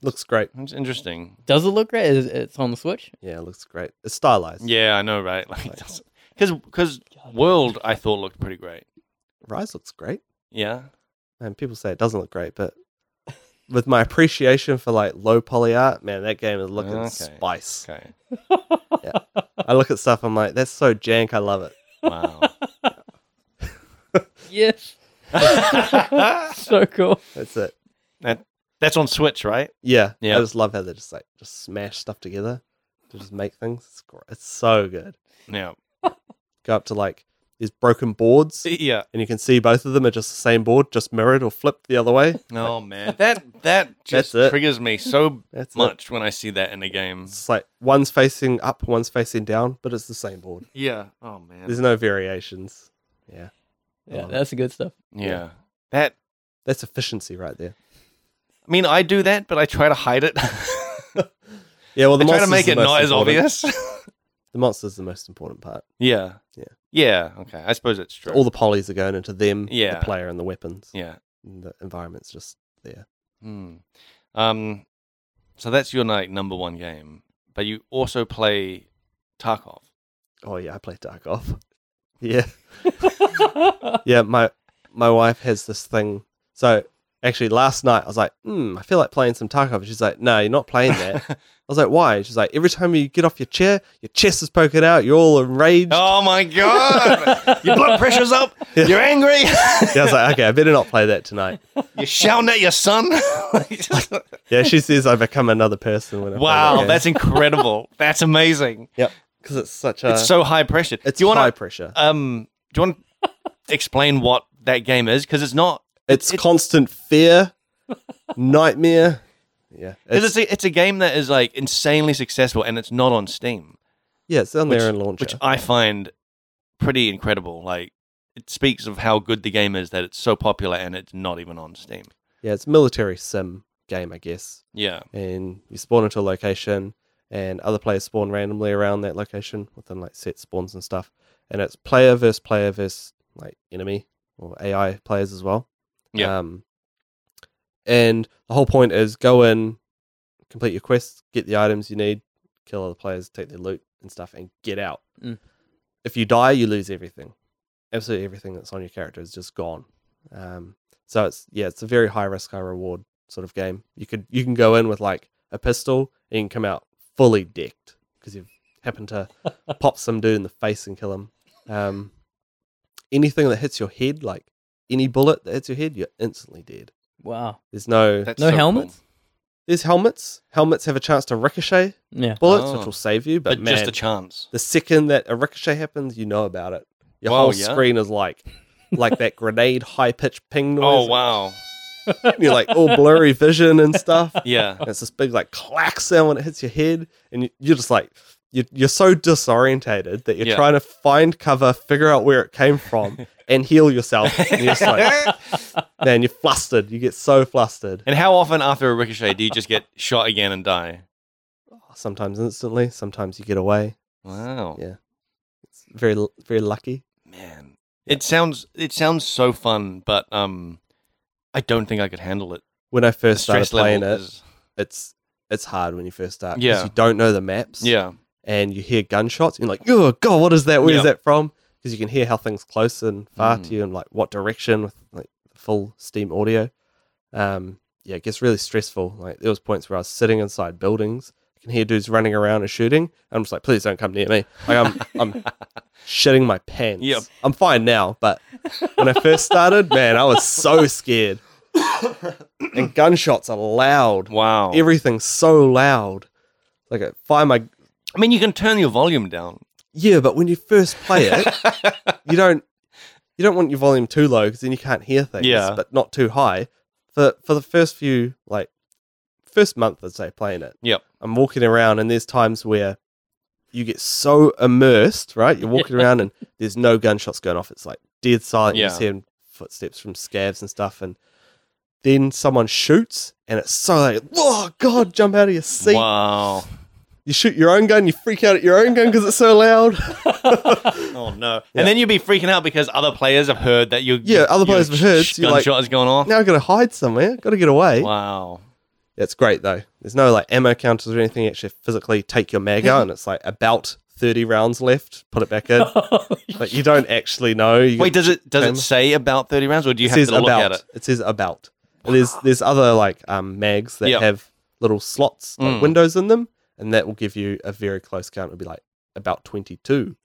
looks great.
That's interesting.
Does it look great? Is it's on the Switch?
Yeah, looks great. It's stylized.
Yeah, I know, right? Like, because because World, I thought looked pretty great.
Rise looks great.
Yeah.
and people say it doesn't look great, but with my appreciation for like low poly art, man, that game is looking
Okay.
spice.
Okay.
I look at stuff, I'm like, that's so jank, I love it.
Wow.
Yes. so cool.
That's it.
That's on Switch, right?
Yeah,
Yeah.
I just love how they just like just smash stuff together to just make things. It's, gr- it's so good.
Yeah.
Go up to like these broken boards,
Yeah.
and you can see both of them are just the same board, just mirrored or flipped the other way.
Oh man, that that just
That's it.
triggers me so
That's it.
much when I see that in a game.
It's like one's facing up, one's facing down, but it's the same board.
Yeah. Oh man.
There's no variations.
Yeah,
Oh.
that's the good stuff.
yeah.
yeah.
That.
That's efficiency right there.
I mean, I do that, but I try to hide it.
Yeah, well, the
I try to
monster's
make
the
it
most
not as
important.
obvious.
The monster's the most important part.
yeah.
Yeah.
Yeah. Okay. I suppose it's true.
All the polys are going into them,
Yeah.
the player, and the weapons.
yeah.
And the environment's just there.
Hmm. Um. So that's your night number one game, but you also play Tarkov.
Oh yeah, I play Tarkov. Yeah, yeah. My my wife has this thing. So actually, last night I was like, hmm, I feel like playing some Tarkov. And She's like, no, you're not playing that. I was like, why? She's like, every time you get off your chair, your chest is poking out. You're all enraged.
Oh my god! your blood pressure's up.
Yeah.
You're angry.
Yeah, I was like, okay, I better not play that tonight.
You're shouting at your son.
Yeah, she says I become another person when I
wow, that's incredible. that's amazing.
because it's such a
it's so high pressure.
Uh, it's
do you
high
want
pressure.
to um? Do you want to explain what that game is? Because it's not.
It's
It-
constant fear, nightmare. Yeah,
'cause
it's,
It's, a, it's a game that is like insanely successful, and it's not on Steam,
yeah, it's on
which-
there in launcher.
which I find pretty incredible. Like it speaks of how good the game is that it's so popular, and it's not even on Steam.
yeah, it's a military sim game, I guess.
Yeah.
And you spawn into a location, and other players spawn randomly around that location within like set spawns and stuff. And it's player versus player versus like enemy or AI players as well.
Yeah.
Um, and the whole point is go in, complete your quests, get the items you need, kill other players, take their loot and stuff, and get out.
Mm.
If you die, you lose everything. Absolutely everything that's on your character is just gone. Um, so it's yeah, it's a very high risk, high reward sort of game. You could you can go in with like a pistol and you can come out fully decked because you've happened to pop some dude in the face and kill him. Um, anything that hits your head, like any bullet that hits your head, you're instantly dead.
Wow.
There's no
That's
No
so cool.
helmets?
there's helmets. Helmets have a chance to ricochet
Yeah.
bullets,
Oh.
which will save you. But,
But
man,
just a chance.
the second that a ricochet happens, you know about it. Your
Wow,
whole
yeah.
screen is like like that grenade high pitched ping noise.
Oh wow.
And you're like all blurry vision and stuff.
Yeah.
And it's this big like clack sound when it hits your head, and you, you're just like you're, you're so disorientated that you're
Yeah.
trying to find cover, figure out where it came from, and heal yourself. And you're just like, man, you're flustered. You get so flustered.
and how often after a ricochet do you just get shot again and die?
Sometimes instantly, sometimes you get away.
Wow.
Yeah. It's very very lucky.
Man. It sounds it sounds so fun, but um I don't think I could handle it.
When I
The
first started
stress
playing
level
it,
is
it's it's hard when you first start 'cause
Yeah.
you don't know the maps.
Yeah.
and you hear gunshots, and you're like, oh god, what is that? Where's
Yeah.
that from? Because you can hear how things close and far
Mm.
to you, and like what direction with like the full Steam audio. Um, yeah, it gets really stressful. Like there was points where I was sitting inside buildings, I can hear dudes running around and shooting. I'm just like, please don't come near me. Like I'm, I'm shitting my pants.
Yep.
I'm fine now, but when I first started, man, I was so scared. and gunshots are loud.
Wow.
Everything's so loud. Like I fire my
I mean you can turn your volume down.
yeah, but when you first play it, you don't you don't want your volume too low because then you can't hear things.
Yeah.
but not too high. For for the first few like first month, I'd say playing it.
Yep.
I'm walking around and there's times where you get so immersed, right? You're walking around and there's no gunshots going off. It's like dead silent.
Yeah.
You're hearing footsteps from scavs and stuff, and then someone shoots and it's so like, oh god, jump out of your seat
Wow.
you shoot your own gun, you freak out at your own gun because it's so loud.
Oh no! And then you'd be freaking out because other players have heard that you.
Yeah, other
your
players have heard,
sh-
so you're like-
Gunshot is going off.
now I've got to hide somewhere. Got to get away.
Wow.
It's great though. There's no like ammo counters or anything. You actually physically take your mag out, and it's like about thirty rounds left. Put it back in, but you don't actually know. You
Wait, does it does
Um,
it say about thirty rounds, or do you
it
have
says
to look
about.
at it?
says about. And there's there's other like um, mags that
Yep.
have little slots, like
Mm.
windows in them, and that will give you a very close count. It'll be like about twenty two.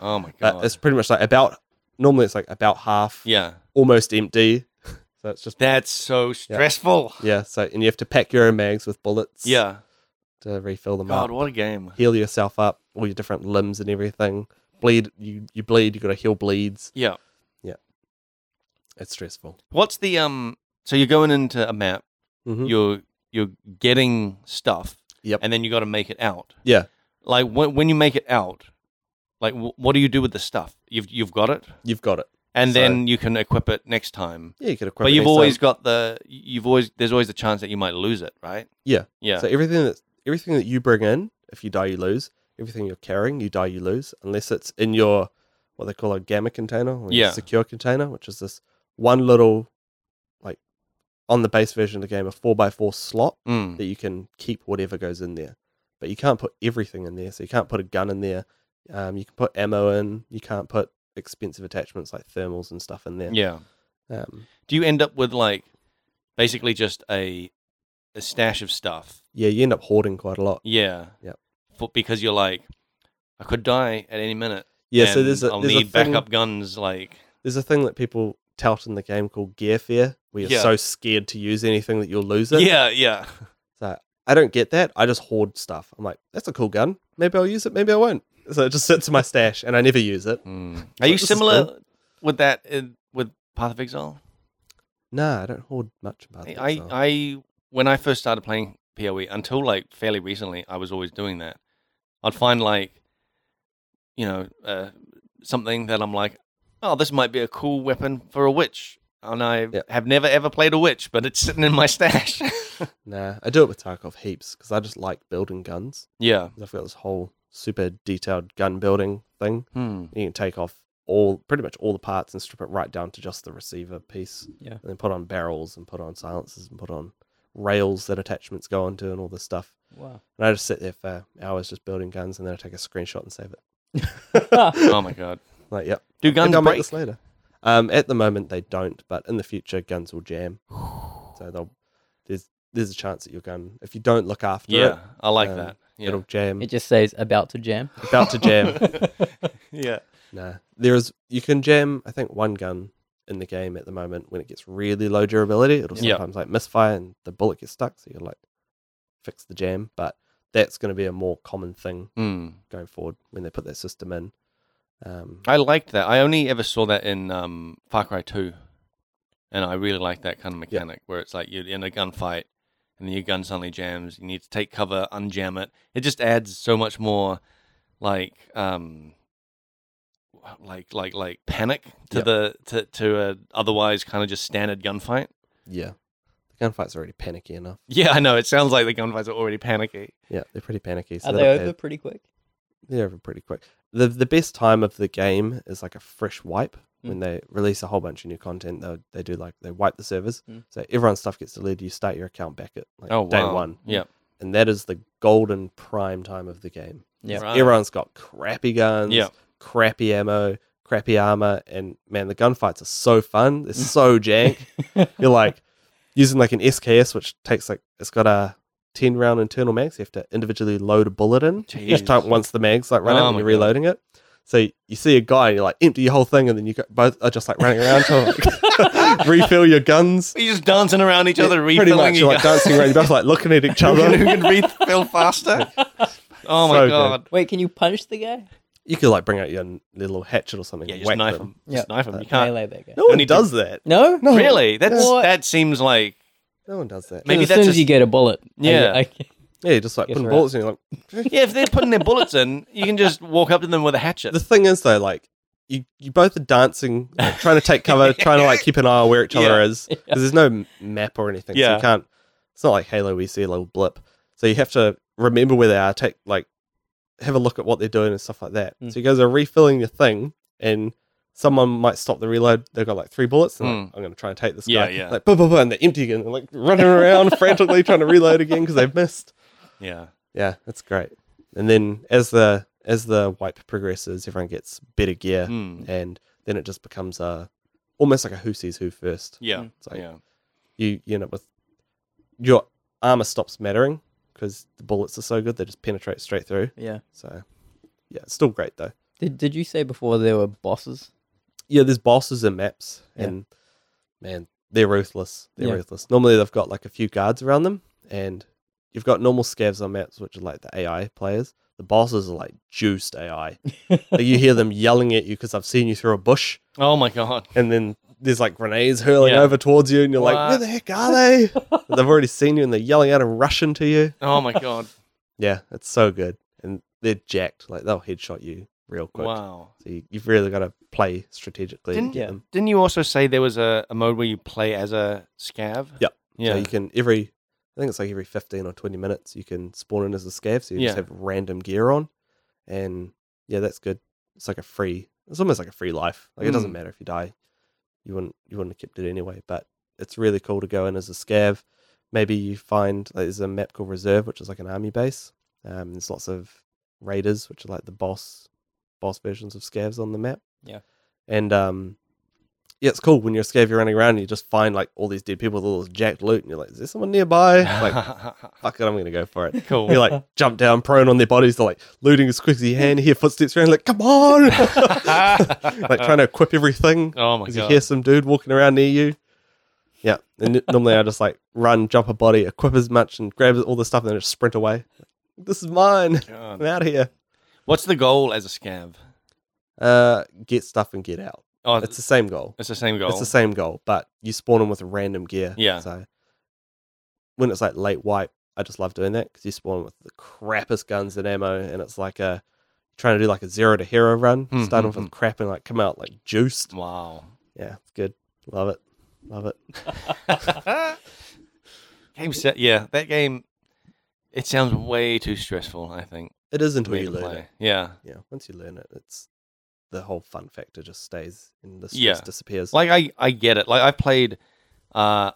Oh my
But
god!
it's pretty much like about. Normally, it's like about half,
yeah,
almost empty. so it's just
that's so stressful.
Yeah, so and you have to pack your own mags with bullets.
Yeah.
To refill them
God,
up.
what a game.
Heal yourself up, all your different limbs and everything. Bleed you, you bleed, you gotta heal bleeds.
Yeah.
It's stressful.
What's the um? So you're going into a map.
Mhm.
You're you're getting stuff.
Yep.
And then you got to make it out.
Yeah.
Like when when you make it out, like wh- what do you do with the stuff? You've you've got it,
You've got it.
and
So-
then you can equip it next time.
Yeah, you can equip
but
it
you've
next
always
time.
got the you've always there's always the chance that you might lose it, right?
Yeah.
Yeah.
So everything that everything that you bring in, if you die you lose. Everything you're carrying, you die you lose. Unless it's in your what they call a gamma container or your
Yeah.
secure container, which is this one little like on the base version of the game, a four by four slot.
Mm.
that you can keep whatever goes in there. But you can't put everything in there. So you can't put a gun in there. Um, you can put ammo in. You can't put expensive attachments like thermals and stuff in there.
Yeah.
Um,
Do you end up with like basically just a a stash of stuff?
yeah, you end up hoarding quite a lot.
Yeah.
Yep.
For, because you're like, I could die at any minute.
Yeah, so
and
there's a
I'll
there's a,
need
thing,
backup guns. Like,
there's a thing that people tout in the game called gear fear, where you're
Yeah.
so scared to use anything that you'll lose it.
yeah, yeah,
So I don't get that. I just hoard stuff. I'm like, that's a cool gun. Maybe I'll use it. Maybe I won't. So it just sits in my stash, and I never use it.
Mm.
So
Are you
this is
similar with that in, with Path of Exile?
Nah, I don't hoard much about it.
I, I when I first started playing PoE until like fairly recently, I was always doing that. I'd find like, you know, uh, something that I'm like, oh, this might be a cool weapon for a witch, and I
Yeah.
have never ever played a witch, but it's sitting in my stash.
Nah, I do it with Tarkov heaps because I just like building guns.
yeah.
'Cause I've got this whole super detailed gun building thing.
Hmm.
You can take off all pretty much all the parts and strip it right down to just the receiver piece.
Yeah.
And then put on barrels and put on silencers and put on rails that attachments go onto and all this stuff.
wow.
And I just sit there for hours just building guns and then I take a screenshot and save it.
Oh my god.
Like, yep.
Do
Maybe
guns
I'll make
break?
this later. Um, at the moment they don't, but in the future guns will jam. So they'll there's there's a chance that your gun if you don't look after it
Yeah, I like
Um,
that. Yeah.
It'll jam.
It just says about to jam.
about to jam.
yeah.
nah. There is you can jam I think one gun in the game at the moment when it gets really low durability. It'll
Yeah.
sometimes like misfire and the bullet gets stuck, so you like fix the jam. But that's going to be a more common thing
Mm.
going forward when they put that system in. Um,
I liked that. I only ever saw that in um, Far Cry 2. And I really like that kind of
Yeah.
mechanic where it's like you're in a gunfight and then your gun suddenly jams. You need to take cover, unjam it. It just adds so much more like um like like like panic to
Yeah.
the to to a otherwise kind of just standard gunfight.
yeah, the gunfight's already panicky enough.
Yeah, I know. It sounds like the gunfights are already panicky.
Yeah, they're pretty panicky. So
Are
that'll
they
add-
over pretty quick?
they're over pretty quick. The the best time of the game is like a fresh wipe. When
Mm.
they release a whole bunch of new content, they they do like they wipe the servers,
Mm.
so everyone's stuff gets deleted. You start your account back at like
Oh,
day
wow.
one,
Yeah.
and that is the golden prime time of the game.
Yeah.
Right.
Everyone's got crappy guns,
Yeah.
crappy ammo, crappy armor, and man, the gunfights are so fun. They're so jank. You're like using like an SKS, which takes like it's got a ten round internal mag. So you have to individually load a bullet in each
Jeez.
time once the mags like run
Oh
out and
my
you're reloading it. So y- you see a guy and you're like empty your whole thing, and then you go, both are just like running around to like, refill your guns.
You're just dancing around each other, refilling
Pretty much,
your
you're like
gun.
dancing around, you're both like looking at each other.
Who can refill faster? Oh
So
my
good.
god.
Wait, can you punch the guy?
You could like bring out your n- little hatchet or something.
Yeah,
and
just
whack
knife
them.
them. Just knife them. You can't.
Melee that guy.
No one
need to-
does that.
No?
No,
Really? That's
What?
that seems like
No one does that.
Maybe
as
that's
soon as
just-
you get a bullet. I-
Yeah.
I-
Yeah, you just like
Guess
putting
we're
bullets in. You're like,
yeah. If they're putting their bullets in, you can just walk up to them with a hatchet.
the thing is though, like you, you both are dancing, like, trying to take cover, trying to like keep an eye on where each other
Yeah.
is, because there's no m- map or anything. so
Yeah.
you can't. It's not like Halo. We see a little blip, so you have to remember where they are. Take like have a look at what they're doing and stuff like that.
Hmm.
Mm.
So you guys are refilling your thing, and someone might stop the reload. They've got like three bullets. And, like, I'm going to try and take this
Hmm. Yeah,
guy.
yeah.
Like, boom, boom, boom, and they're empty again. They're like running around frantically trying to reload again because they've missed.
Yeah.
Yeah, that's great. And then as the as the wipe progresses, everyone gets better gear,
Hmm.
and then it just becomes a almost like a who sees who first.
Yeah.
Mm.
It's like
Yeah.
you you end up with your armor stops mattering because the bullets are so good they just penetrate straight through.
yeah.
So yeah, it's still great though.
Did, did you say before there were bosses?
Yeah, there's bosses and maps,
Yeah.
and man, they're ruthless. They're
Yeah.
ruthless. Normally they've got like a few guards around them, and you've got normal scavs on maps, which are like the AI players. The bosses are like juiced AI. Like, you hear them yelling at you because I've seen you through a bush,
Oh my god.
and then there's like grenades hurling
Yeah.
over towards you, and you're like, where
What?
the heck are they? they've already seen you, and they're yelling out and rushing to you.
Oh my god.
Yeah, it's so good, and they're jacked. Like they'll headshot you real quick.
Wow.
So you, you've really got to play strategically. to
Didn't-
get
Yeah.
them.
Didn't you also say there was a, a mode where you play as a scav?
Yeah. Yeah.
Yeah.
you can every I think it's like every fifteen or twenty minutes you can spawn in as a scav, so you just
Yeah.
have random gear on. And yeah, that's good. It's like a free it's almost like a free life. Like it doesn't
Mm.
matter if you die. You wouldn't you wouldn't have kept it anyway. But it's really cool to go in as a scav. Maybe you find like, there's a map called Reserve, which is like an army base. Um, there's lots of raiders, which are like the boss boss versions of scavs on the map.
Yeah.
And um yeah, it's cool when you're scared, you're running around and you just find like all these dead people with all this jacked loot, and you're like, is there someone nearby? like, fuck it, I'm gonna go for it.
cool.
You like jump down prone on their bodies, they're like looting as quick as you can, hear footsteps around, like, come on! like trying to equip everything
Oh my
because you
god.
hear some dude walking around near you. Yeah, and n- normally I just like run, jump a body, equip as much, and grab all the stuff, and then just sprint away. This is mine. I'm
God.
out of here.
What's the goal as a scav?
Uh, get stuff and get out.
Oh,
It's the same goal.
it's the same goal.
It's the same goal, but you spawn them with random gear.
Yeah.
So when it's like late wipe, I just love doing that because you spawn with the crappiest guns and ammo, and it's like a trying to do like a zero to hero run,
Hmm,
starting
hmm,
with crap and like come out like juiced.
Wow.
Yeah, it's good. Love it. Love it.
game set. Yeah, that game. It sounds way too stressful. I think.
It is
for
until
me
you
to
learn
play.
it.
Yeah.
Yeah, once you learn it, it's the whole fun factor just stays and the stress
Yeah.
disappears.
Like I, I get it. Like I played, uh,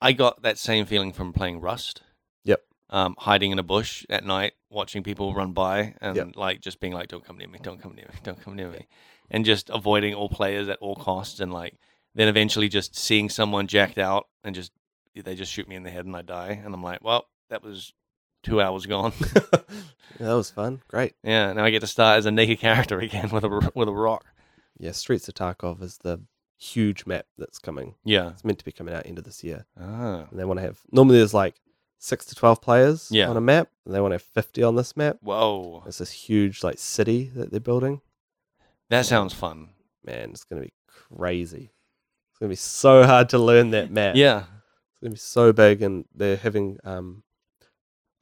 I got that same feeling from playing Rust.
Yep.
Um, hiding in a bush at night, watching people run by, and
Yep.
like just being like, "Don't come near me! Don't come near me! Don't come near me!" And just avoiding all players at all costs, and like then eventually just seeing someone jacked out, and just they just shoot me in the head, and I die, and I'm like, "Well, that was two hours gone."
Yeah, that was fun. Great.
yeah. Now I get to start as a naked character again with a r- with a rock.
Yeah, Streets of Tarkov is the huge map that's coming.
Yeah.
It's meant to be coming out end of this year,
Ah.
and they want to have normally there's like six to twelve players
Yeah.
on a map, and they want to have fifty on this map.
Whoa.
It's this huge like city that they're building.
That sounds fun.
Man, it's gonna be crazy. It's gonna be so hard to learn that map.
Yeah.
It's gonna be so big, and they're having um,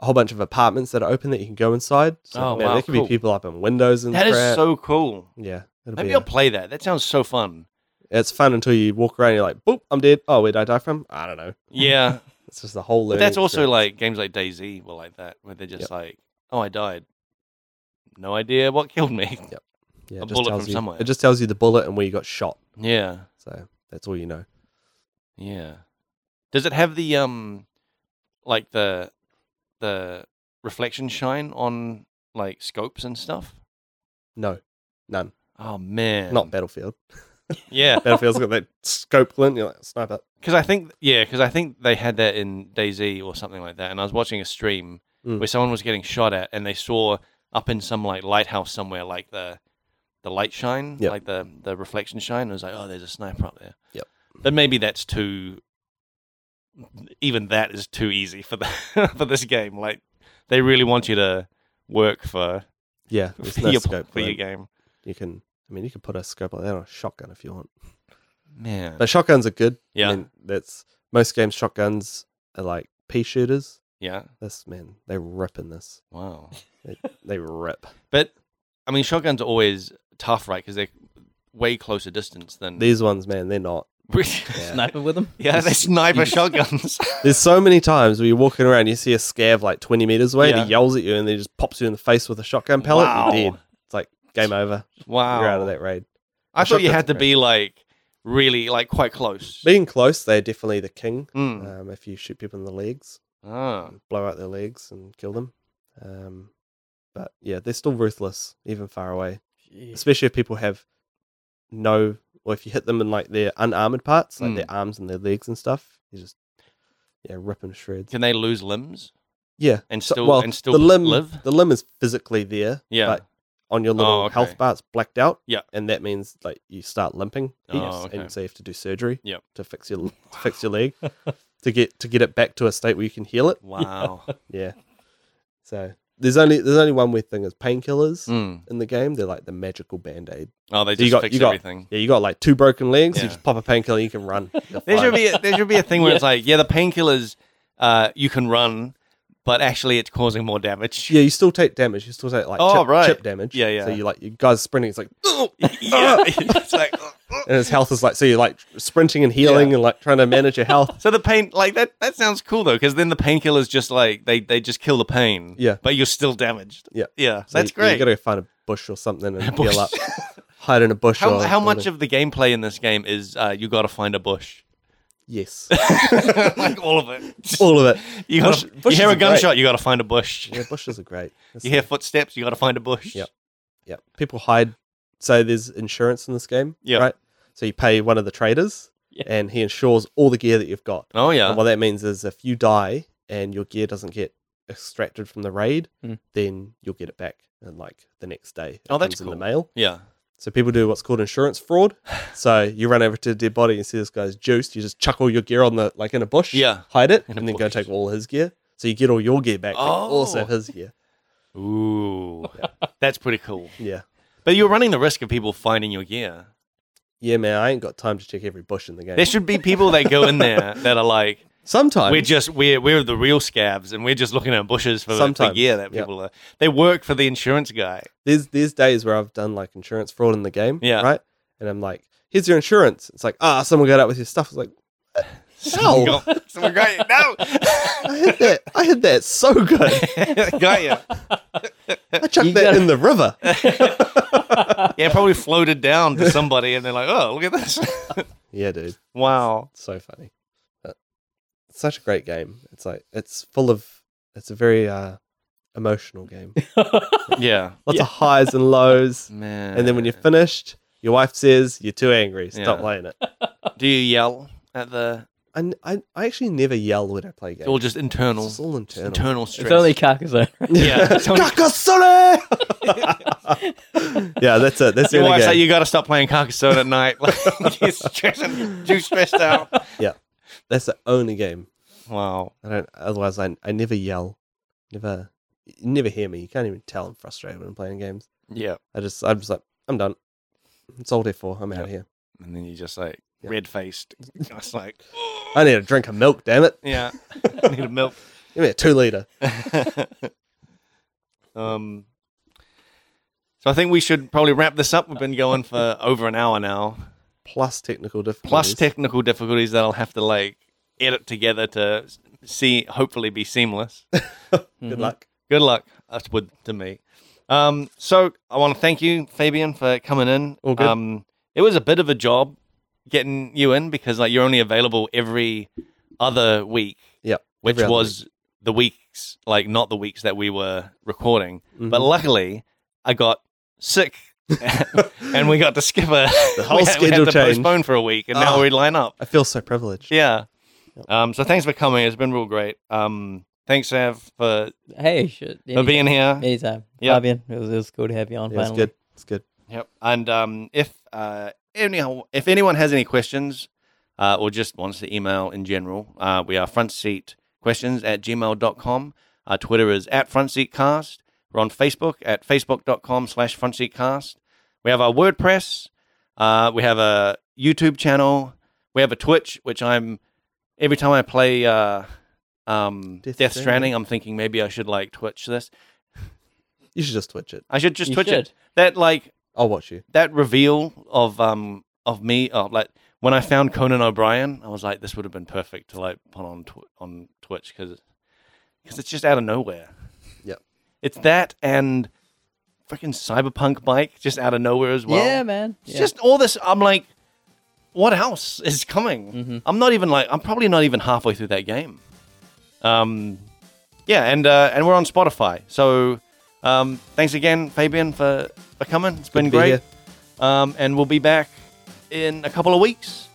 a whole bunch of apartments that are open that you can go inside. So,
Oh,
man,
wow,
there could
cool.
be people up in windows and
That is
crap.
so cool.
yeah. It'll
Maybe
be
I'll
a,
play that. That sounds so fun.
it's fun until you walk around. and You're like, boop, I'm dead. Oh, where did I die from? I don't know.
Yeah.
It's just the whole.
but
learning
that's also
experience.
like games like DayZ were like that, where they're just like, oh, I died. No idea what killed me.
Yeah, it
a
just
bullet
tells
from
you-
somewhere.
It just tells you the bullet and where you got shot.
Yeah.
So that's all you know.
Yeah. Does it have the um like the the reflection shine on like scopes and stuff?
No, none.
Oh man.
Not Battlefield.
Yeah.
Battlefield's got that scope glint. You're like, sniper.
Cuz I think yeah, cuz I think they had that in DayZ or something like that and I was watching a stream
Mm.
where someone was getting shot at and they saw up in some like lighthouse somewhere like the the light shine,
Yep.
like the the reflection shine. and It was like, "Oh, there's a sniper up there."
Yep.
But maybe that's too even that is too easy for the for this game. Like they really want you to work for,
Yeah, there's
for,
no
your,
scope
for your
glint.
game.
You can, I mean, you can put a scope like that on a shotgun if you want.
Man.
But shotguns are good. I
yeah.
mean, that's most games. Shotguns are like pea shooters.
yeah.
This man, they rip in this.
Wow.
They rip.
But I mean shotguns are always tough, right? Cuz they're way closer distance than
These ones, man, they're not.
yeah.
Sniper with them.
they sniper
you-
shotguns.
There's so many times where you're walking around, you see a scav like 20 meters away, and
Yeah.
he yells at you, and then he just pops you in the face with a shotgun pellet.
wow.
You're dead. It's like game over.
Wow.
You're out of that raid.
I thought you
Shotguns
had to
are
be like really like quite close.
Being close, they're definitely the king.
Mm.
Um, if you shoot people in the legs,
Ah.
blow out their legs and kill them. Um, but yeah, they're still ruthless, even far away. especially if people have no or if you hit them in like their unarmored parts like their
Mm.
arms and their legs and stuff you just yeah rip them to shreds
Can they lose limbs
yeah
and
So-
still
well,
and still
the limb
live?
the limb is physically there
Yeah.
but on your little
Oh, okay.
health bar it's blacked out
Yeah.
and that means like you start limping
Oh,
heaps,
okay.
and so you have to do surgery
Yep.
to fix your to fix your leg to get to get it back to a state where you can heal it
Wow.
yeah so there's only there's only one weird thing is painkillers
Mm.
in the game they're like the magical band-aid
Oh, they
So you
just
got-
fix
you got-
everything.
Yeah, you got like two broken legs.
Yeah.
You just pop a painkiller, you can run. You're
There should
fine.
be a, there should be a thing where it's like, yeah, the painkillers, uh, you can run, but actually it's causing more damage.
yeah, you still take damage. You still take like
Oh,
chip,
right.
chip damage.
Yeah, yeah.
So you like you guys sprinting. It's like
Yeah, it's like, uh, uh.
and his health is like so you're like sprinting and healing
Yeah.
and like trying to manage your health.
so the pain like that. That sounds cool though, because then the painkillers just like they they just kill the pain.
Yeah.
but you're still damaged.
Yeah.
yeah,
So
that's
you,
great.
You gotta go find a bush or something and
Bush.
heal up. Hide in a bush.
how
or
how much
something.
of the gameplay in this game is uh, you got to find a bush?
yes,
like all of it.
all of it.
You, gotta, you
bushes
hear
are
a
great.
gunshot, you got to find a bush.
Yeah, bushes are great. That's-
You hear footsteps, you got to find a bush.
Yep. yeah. People hide. So there's insurance in this game.
Yeah.
Right. So you pay one of the traders,
Yeah.
and he insures all the gear that you've got.
Oh yeah.
And what that means is if you die and your gear doesn't get extracted from the raid,
Mm.
then you'll get it back in like the next day. It
Oh, that's
comes in
cool.
the mail.
Yeah.
So people do what's called insurance fraud. so you run over to a dead body and see this guy's juiced. You just chuck all your gear on the like in a bush.
Yeah.
Hide it
In
and
a
then go
bush.
take all his gear. So you get all your gear back, but you also
Oh.
have his gear.
Ooh, that's pretty cool.
Yeah.
But you're running the risk of people finding your gear.
Yeah, man, I ain't got time to check every bush in the game.
There should be people that go in there that are like,
Sometimes
we're just we're we're the real scabs, and we're just looking at bushes for the for
Sometimes,
gear that
yeah.
people are. They work for the insurance guy.
there's there's days where I've done like insurance fraud in the game,
Yeah.
right? And I'm like, here's your insurance. It's like, ah, someone got out with your stuff. It's like,
Someone got, someone got you. No,
I hit that. I hit that so good.
got you.
I chucked
You
that
gotta-
in the river.
Yeah, probably floated down to somebody, and they're like, "Oh, look at this!
Yeah, dude.
wow,
So funny. But it's such a great game. It's like it's full of. It's a very uh, emotional game.
yeah,
Lots of highs and lows.
man."
And then when you're finished, your wife says you're too angry. Stop
Yeah.
playing it.
do you yell at the
I, n- I, I actually never yell when I play games.
It's all just internal,
It's all
it's
internal.
internal stress.
It's only Carcassonne. right?
yeah, it's only-
Kakasone! yeah, that's it. That's the
Your
only
wife's like,
game.
you got to stop playing Carcassonne at night. Like, you're stressing, too stressed out.
That's the only game.
Wow.
I don't. Otherwise, I I never yell, never, you never hear me. You can't even tell I'm frustrated when I'm playing games.
Yeah.
I just I'm just like I'm done. It's all there for. I'm out
Yep.
of here.
And then you just like
Yeah.
red faced. It's like,
I need a drink of milk. Damn it!
yeah, need a milk.
Give me a two liter.
um, so I think we should probably wrap this up. We've been going for over an hour now,
Plus technical difficulties.
plus technical difficulties that I'll have to like edit together to see, hopefully, be seamless.
Good
Mhm.
Mm-hmm.
luck.
Good luck. That's wood to me. Um, so I want to thank you, Fabian, for coming in.
All good.
Um, it was a bit of a job getting you in because like you're only available every other week,
Yep.
which
every other
was the weeks like not the weeks that we were recording.
week.
But
Mhm.
luckily, I got sick. and we got to skip a
The whole
we had, we had
schedule
to
changed.
postpone for a week, and
Ah.
now we line up.
I feel so privileged.
Yeah.
Yep.
Um, so thanks for coming. It's been real great. Um, thanks, Sav, for,
Hey, shit.
for being here.
Anytime.
Yeah.
Fabian, it was, it was cool to have you on
Yeah, it's
finally.
good. It's good.
Yep. And um, if uh, anyhow, if anyone has any questions uh, or just wants to email in general, uh, we are frontseatquestions at gmail.com. Our Uh, Twitter is at frontseatcast. We're on Facebook at facebook.com slash frontseatcast. We have our WordPress. Uh, we have a YouTube channel. We have a Twitch, which I'm every time I play uh, um, Death,
Death
Stranding,
Stranding.
I'm thinking maybe I should like Twitch this.
You should just twitch it.
I should just
You
Twitch
should.
it. That like
I'll watch you.
that reveal of um of me of like when I found Conan O'Brien, I was like, this would have been perfect to like put on tw- on Twitch because it's just out of nowhere.
Yep.
it's that and freaking Cyberpunk Mike just out of nowhere as well.
yeah, man.
it's
Yeah.
just all this. I'm like, what else is coming?
Mm-hmm.
I'm not even like I'm probably not even halfway through that game. Um, yeah, and uh, and we're on Spotify, so. Um, thanks again, Fabian, for, for coming. It's
Good
been
to be
great.
here.
Um, and we'll be back in a couple of weeks.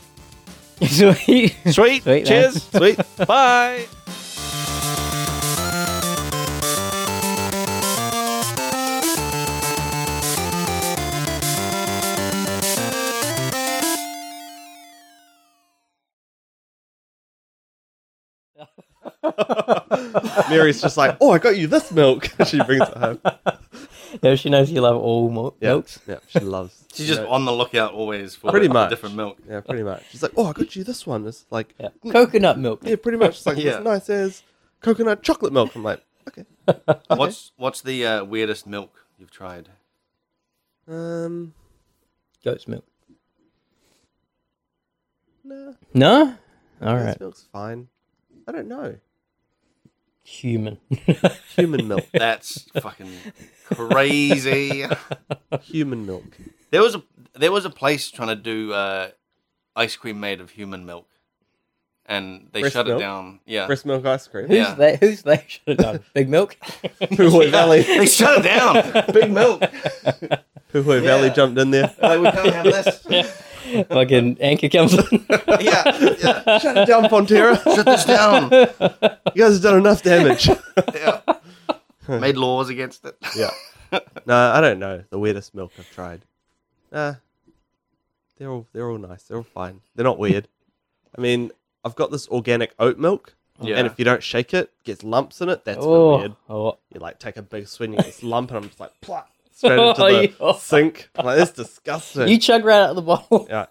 Sweet.
Sweet.
Sweet, man.
Cheers.
Sweet.
Bye.
Mary's just like, oh, I got you this milk. she brings it home.
no, she knows you love all mil-
Yeah.
milks.
Yeah, she loves.
She's just
you know,
on the lookout always for
Pretty
a
much.
different milk.
yeah, pretty much. She's like, oh, I got you this one. It's like,
Yeah. Coconut milk.
yeah, pretty much. It's like
Yeah.
it's nice as coconut chocolate milk. I'm like, okay.
What's what's the uh, weirdest milk you've tried?
Um,
Goat's milk.
no,
No? All
this
right.
milk's fine. I don't know.
Human.
Human milk.
That's fucking crazy.
Human milk.
There was a there was a place trying to do uh, ice cream made of human milk, and they
Breast
shut
milk?
it down. Yeah,
Breast milk ice cream.
Who's
Yeah.
they? Who's they? Should have done Big Milk.
Puhoi Valley.
they shut it down. Big milk.
Puhoi Valley jumped in there.
Like we can't have this.
Fucking anchor comes in.
Yeah, yeah.
Shut it down, Fonterra.
Shut this down.
You guys have done enough damage.
Yeah. Made laws against it.
yeah. No, I don't know. The weirdest milk I've tried. Nah. They're all they're all nice. They're all fine. They're not weird. I mean, I've got this organic oat milk,
Yeah.
and if you don't shake it, it gets lumps in it. That's real
oh,
weird.
oh,
You like take a big swing, you get this lump, and I'm just like, plop, straight into
Oh,
the
yeah.
sink. I'm like that's disgusting.
you chug right out of the bottle.
yeah.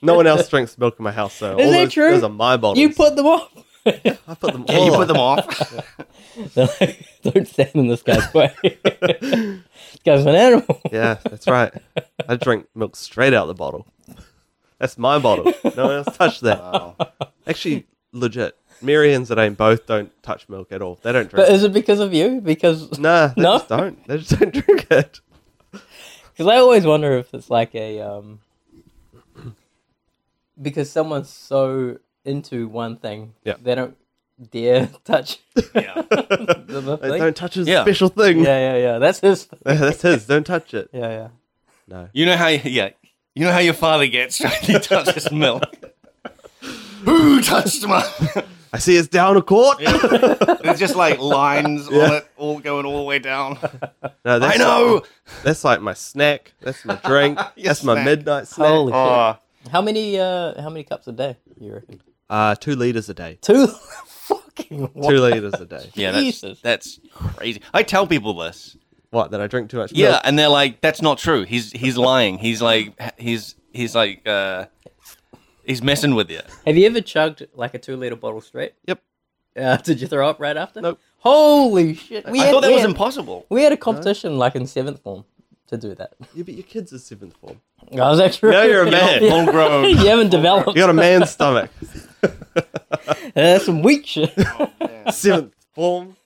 No one else drinks milk in my house, so
Is
all
that
those,
true?
those are my bottles.
You put them off.
I put them.
Yeah,
all
you
on.
put them off.
They're like, Don't stand in this guy's way. this guy's an animal.
Yeah, that's right. I drink milk straight out the bottle. That's my bottle. No one else touched that.
Wow.
Actually, legit. Mary and Zidane both don't touch milk at all. They don't drink.
But
it.
is it because of you? Because
nah, they
No?
just don't. They just don't drink it.
Because I always wonder if it's like a um, because someone's so into one thing,
Yeah.
they don't dare touch
Yeah.
the other
They
thing.
don't touch his
Yeah.
special thing.
Yeah, yeah, yeah. That's his.
That's his. Don't touch it.
Yeah, yeah.
No.
You know how yeah. You know how your father gets trying to touch his milk.
Who touched my?
I see it's down a court.
There's just like lines on
Yeah.
it, all going all the way down.
No,
I
that's-
know.
That's like my snack. That's my drink.
Your
that's my
snack.
midnight snack.
Holy
Oh,
shit! How many uh, how many cups a day? You reckon?
Uh, two liters a day.
Two. fucking. What?
Two liters a day.
Yeah, that's,
Jesus.
that's crazy. I tell people this.
What? That I drink too much
Yeah,
milk?
and they're like, "That's not true. He's he's lying. He's like he's he's like uh he's messing with you."
Have you ever chugged like a two liter bottle straight?
Yep.
Uh, did you throw up right after?
Nope.
Holy shit! We
I thought that
we
was
had,
impossible.
we had a competition like in seventh form to do that.
Yeah, but your kid's in seventh form.
I was actually
Now you're a man,
Yeah.
full grown.
you haven't developed.
You got a man's stomach.
That's some weak shit.
Seventh form.